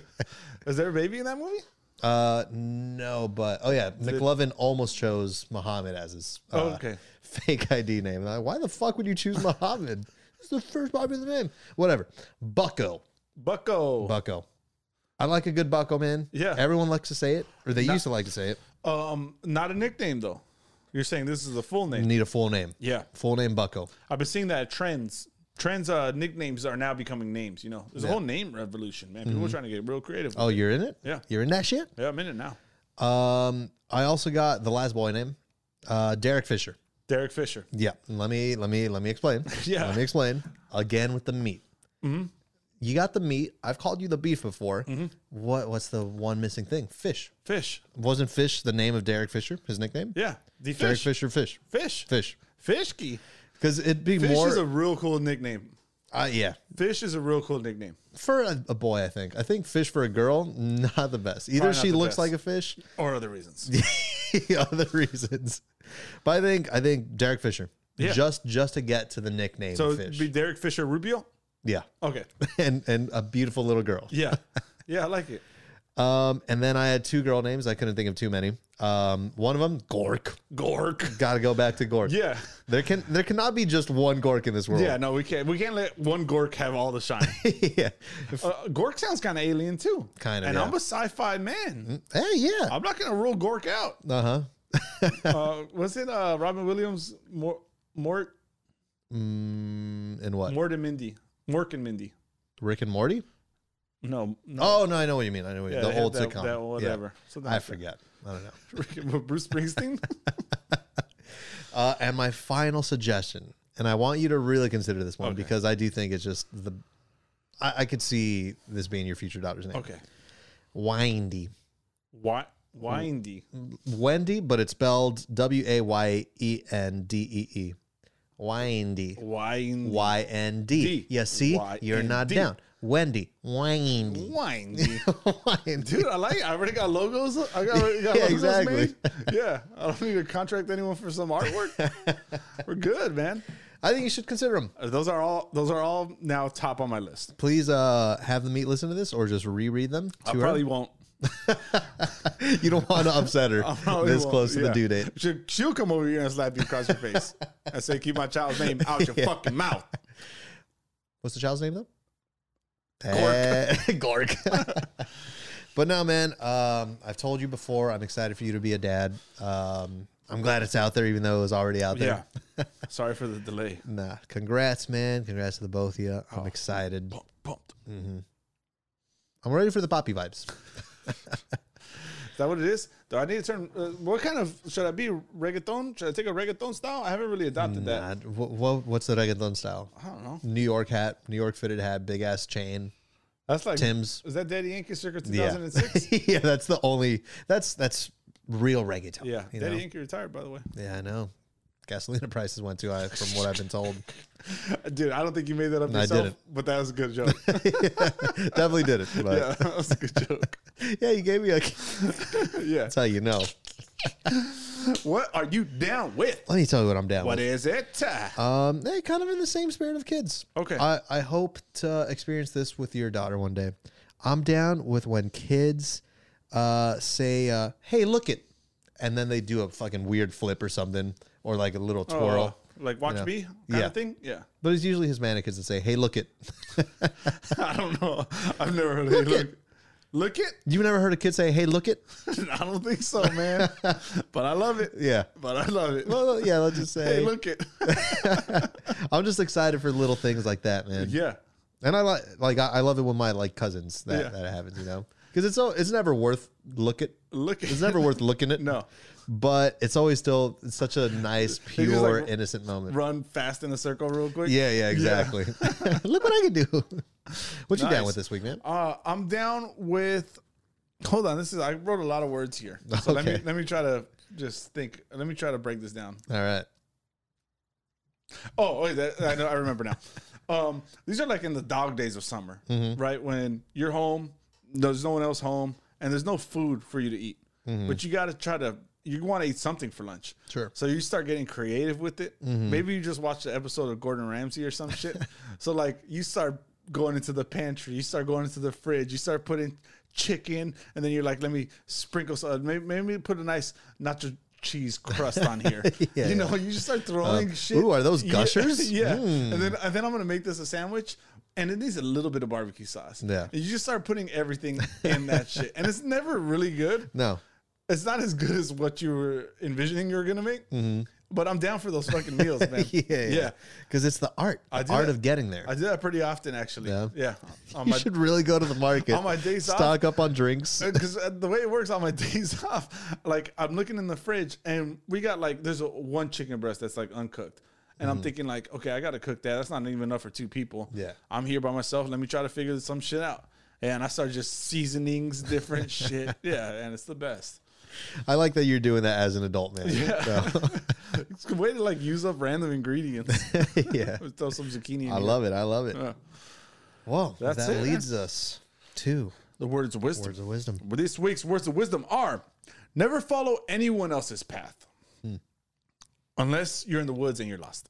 S2: Is there a baby in that movie?
S1: uh, no, but oh yeah, McLovin almost chose Muhammad as his uh,
S2: Oh, okay.
S1: fake ID name. And I- Why the fuck would you choose Muhammad? it's the first popular name. Whatever. Bucko.
S2: Bucko.
S1: Bucko. I like a good bucko, man.
S2: Yeah.
S1: Everyone likes to say it, or they used to like to say it.
S2: um, not a nickname though. You're saying this is a full
S1: You
S2: name.
S1: need a full name.
S2: Yeah.
S1: Full name bucko.
S2: I've been seeing that at trends. Trends uh, nicknames are now becoming names. You know, there's a whole name revolution, man. People are trying to get real creative.
S1: Mm-hmm. Oh, you're in it?
S2: Yeah.
S1: You're in that shit?
S2: Yeah, I'm in it now.
S1: Um, I also got the last boy name, uh, Derek Fisher.
S2: Derek Fisher.
S1: Yeah. Let me let me let me explain.
S2: Yeah. Mm-hmm.
S1: Let me explain. Again with the meat. You got the meat. I've called you the beef before. What what's the one missing thing? Fish.
S2: Fish.
S1: Wasn't fish the name of Derek Fisher, his nickname?
S2: Yeah. The
S1: Derek
S2: fish.
S1: Fisher Fish.
S2: Fish.
S1: Fish.
S2: Fishky.
S1: Because it'd be
S2: Fish
S1: more
S2: is a real cool nickname.
S1: uh, yeah.
S2: Fish is a real cool nickname.
S1: for a, a boy, I think. I think fish for a girl, not the best. Either
S2: Probably not
S1: she
S2: the
S1: looks
S2: best.
S1: like a fish,
S2: Or other reasons.
S1: other reasons. But I think I think Derek Fisher,
S2: Yeah.
S1: just just to get to the nickname
S2: So it'd
S1: fish,
S2: be Derek Fisher Rubio.
S1: yeah,
S2: Okay.
S1: and and a beautiful little girl.
S2: Yeah. Yeah, I like it.
S1: Um, and then I had two girl names. I couldn't think of too many. Um, one of them Gork.
S2: Gork.
S1: Got to go back to Gork.
S2: Yeah.
S1: There can there cannot be just one Gork in this world.
S2: Yeah, no, we can't we can't let one Gork have all the shine.
S1: yeah.
S2: Uh, Gork sounds kind of alien too.
S1: Kinda,
S2: And
S1: yeah. Mm-hmm.
S2: I'm a sci-fi man.
S1: Hey, yeah.
S2: I'm not gonna rule Gork out.
S1: Uh huh.
S2: Uh, was it uh, Robin Williams, Mor- Mort,
S1: Mm, and what?
S2: Mort and Mindy, Mork and Mindy?
S1: Rick and Morty.
S2: No, no.
S1: Oh no, I know what you mean. I know what you
S2: Yeah,
S1: mean. the
S2: they had
S1: old
S2: that-
S1: sitcom.
S2: that
S1: Yeah.
S2: whatever. Something
S1: I
S2: like that.
S1: forget. I don't know.
S2: Bruce Springsteen.
S1: Uh, and my final suggestion, and I want you to really consider this one
S2: Okay.
S1: because I do think it's just the. I, I could see this being your future daughter's name.
S2: okay.
S1: Windy.
S2: Why?
S1: Hmm.
S2: Windy.
S1: Wendy, but it's spelled W A Y E N D E E. Windy.
S2: Windy.
S1: Y N D.
S2: D.
S1: You see, you're not
S2: Y N D.
S1: down. Wendy. Windy.
S2: Windy.
S1: Windy.
S2: Dude, I like. I already got logos. I got, already got
S1: Yeah,
S2: logos
S1: exactly.
S2: made. Yeah, I don't need to contract anyone for some artwork. We're good, man. Uh,
S1: I think you should consider him.
S2: Those are all. Those are all now top on my list.
S1: Please uh, have the meat listen to this or just reread them
S2: I
S1: to
S2: probably won't.
S1: her. You don't want to upset her
S2: Probably
S1: this
S2: won't.
S1: close to the
S2: Yeah.
S1: due date.
S2: She, she'll come over here and slap you across your face and say, "Keep my child's name out your fucking mouth."
S1: What's the child's name though? Gork. Gork. but no, man. Um, I've told you before. I'm excited for you to be a dad. Um, I'm glad it's out there, even though it was already out there.
S2: Yeah. Sorry for the delay.
S1: Nah. Congrats, man. Congrats to the both of you.
S2: Oh.
S1: I'm excited.
S2: Pumped, pumped.
S1: I'm ready for the poppy vibes.
S2: Is that what it is? Do I need to turn? Uh, what kind of should I be reggaeton? Should I take a reggaeton style? I haven't really adopted that.
S1: Nah, wha- wha- what's the reggaeton style?
S2: I don't know.
S1: New York hat, New York fitted hat, big ass chain,
S2: That's like
S1: Tim's.
S2: Is that Daddy Yankee circa
S1: Yeah,
S2: 2006?
S1: yeah. That's the only. That's that's real reggaeton.
S2: Yeah,
S1: you
S2: Daddy
S1: know?
S2: Yankee retired, by the way.
S1: yeah, I know. Gasolina prices went too high, from what I've been told.
S2: Dude, I don't think you made that up
S1: No, I
S2: yourself,
S1: didn't.
S2: but that was a good joke.
S1: Definitely did it. But
S2: yeah, that was a good joke.
S1: Yeah, you gave me a.
S2: Yeah.
S1: That's how you know.
S2: What are you down with?
S1: Let me tell you what I'm down
S2: What
S1: with.
S2: is it? Uh,
S1: Um, hey, kind of in the same spirit of kids.
S2: Okay.
S1: I, I hope to experience this with your daughter one day. I'm down with when kids uh, say, uh, hey, look it. And then they do a fucking weird flip or something or like a little twirl.
S2: Oh, like watch
S1: Yeah.
S2: me kind
S1: Yeah.
S2: of thing? Yeah.
S1: But it's usually his mannequins that say, hey, look it.
S2: I don't know. I've never heard look
S1: it.
S2: it. Look it?
S1: You've never heard a kid say, hey, look it?
S2: I don't think so, man. but I love it.
S1: Yeah.
S2: But I love it.
S1: Well, yeah, let's just say.
S2: hey, look it.
S1: I'm just excited for little things like that, man.
S2: yeah.
S1: And I like like I I love it when my like cousins that
S2: Yeah.
S1: that happens, you know, because it's so it's never worth look at
S2: Look it.
S1: it's never worth looking at.
S2: No.
S1: but it's always still it's such a nice,
S2: just, like,
S1: pure,
S2: r-
S1: innocent moment.
S2: Run fast in a circle real quick.
S1: Yeah, yeah, exactly. Look what I can do. What you down
S2: Nice.
S1: with this week, man?
S2: Uh, I'm down with. Hold on, this is I wrote a lot of words here, so let me
S1: Okay.
S2: let me try to just think. Let me try to break this down.
S1: All right.
S2: Oh, wait, that, I know, I remember now. Um, these are like in the dog days of summer,
S1: Mm-hmm.
S2: right? When you're home, there's no one else home, and there's no food for you to eat, but you got to try to. You want to eat something for lunch,
S1: Mm-hmm. Sure. Mm-hmm.
S2: So you start getting creative with it. Maybe you just watch the episode of Gordon Ramsay or some shit. so like you start going into the pantry, you start going into the fridge, you start putting chicken, and then you're like, let me sprinkle some. Maybe, maybe put a nice nacho cheese crust on here.
S1: Yeah,
S2: you know, you just start throwing shit.
S1: ooh, are those
S2: Yeah,
S1: gushers? Hmm.
S2: yeah. And then and then I'm gonna make this a sandwich. And it needs a little bit of barbecue sauce.
S1: Yeah.
S2: And you just start putting everything in that shit. And it's never really good
S1: No,
S2: it's not as good as what you were envisioning you were gonna make. But I'm down for those fucking meals, man.
S1: Mm-hmm. yeah, yeah, because it's the art, the
S2: do
S1: art
S2: that-
S1: of getting there.
S2: I do that pretty often, actually.
S1: Yeah.
S2: Yeah, On
S1: you
S2: my
S1: should really go to the market
S2: on my days off-
S1: stock up on drinks.
S2: because uh, the way it works on my days off, like I'm looking in the fridge and we got like there's a, one chicken breast that's like uncooked. And I'm thinking like, okay, I gotta cook that. That's not even enough for two people.
S1: Mm-hmm. Yeah.
S2: I'm here by myself. Let me try to figure some shit out. And I start just seasonings, different shit. Yeah, and it's the best.
S1: I like that you're doing that as an adult man.
S2: Yeah.
S1: So,
S2: It's a way to like use up random ingredients.
S1: yeah.
S2: Throw some zucchini. In
S1: I
S2: here.
S1: love it. I love it.
S2: Yeah.
S1: Well,
S2: That's
S1: that
S2: it, man.
S1: leads us to
S2: the words of wisdom.
S1: words of wisdom.
S2: Well, This week's words of wisdom are: never follow anyone else's path,
S1: Hmm.
S2: unless you're in the woods and you're lost.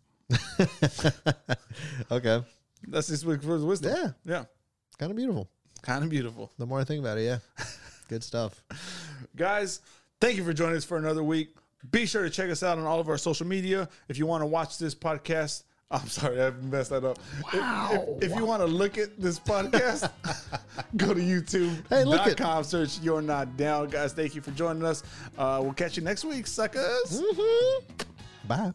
S1: Okay.
S2: That's this week's words of wisdom.
S1: Yeah.
S2: yeah,
S1: Kind of beautiful.
S2: kind of beautiful,
S1: The more I think about it, yeah. Good stuff.
S2: guys. Thank you for joining us for another week. Be sure to check us out on all of our social media. If you want to watch this podcast, I'm sorry, I messed that up. If- If, if you want to look at this podcast, go to YouTube.com,
S1: Hey, look it.
S2: search You're Not
S1: Mm.
S2: Down. Guys, thank you for joining us. Uh, we'll catch you next week, suckers.
S1: Bye.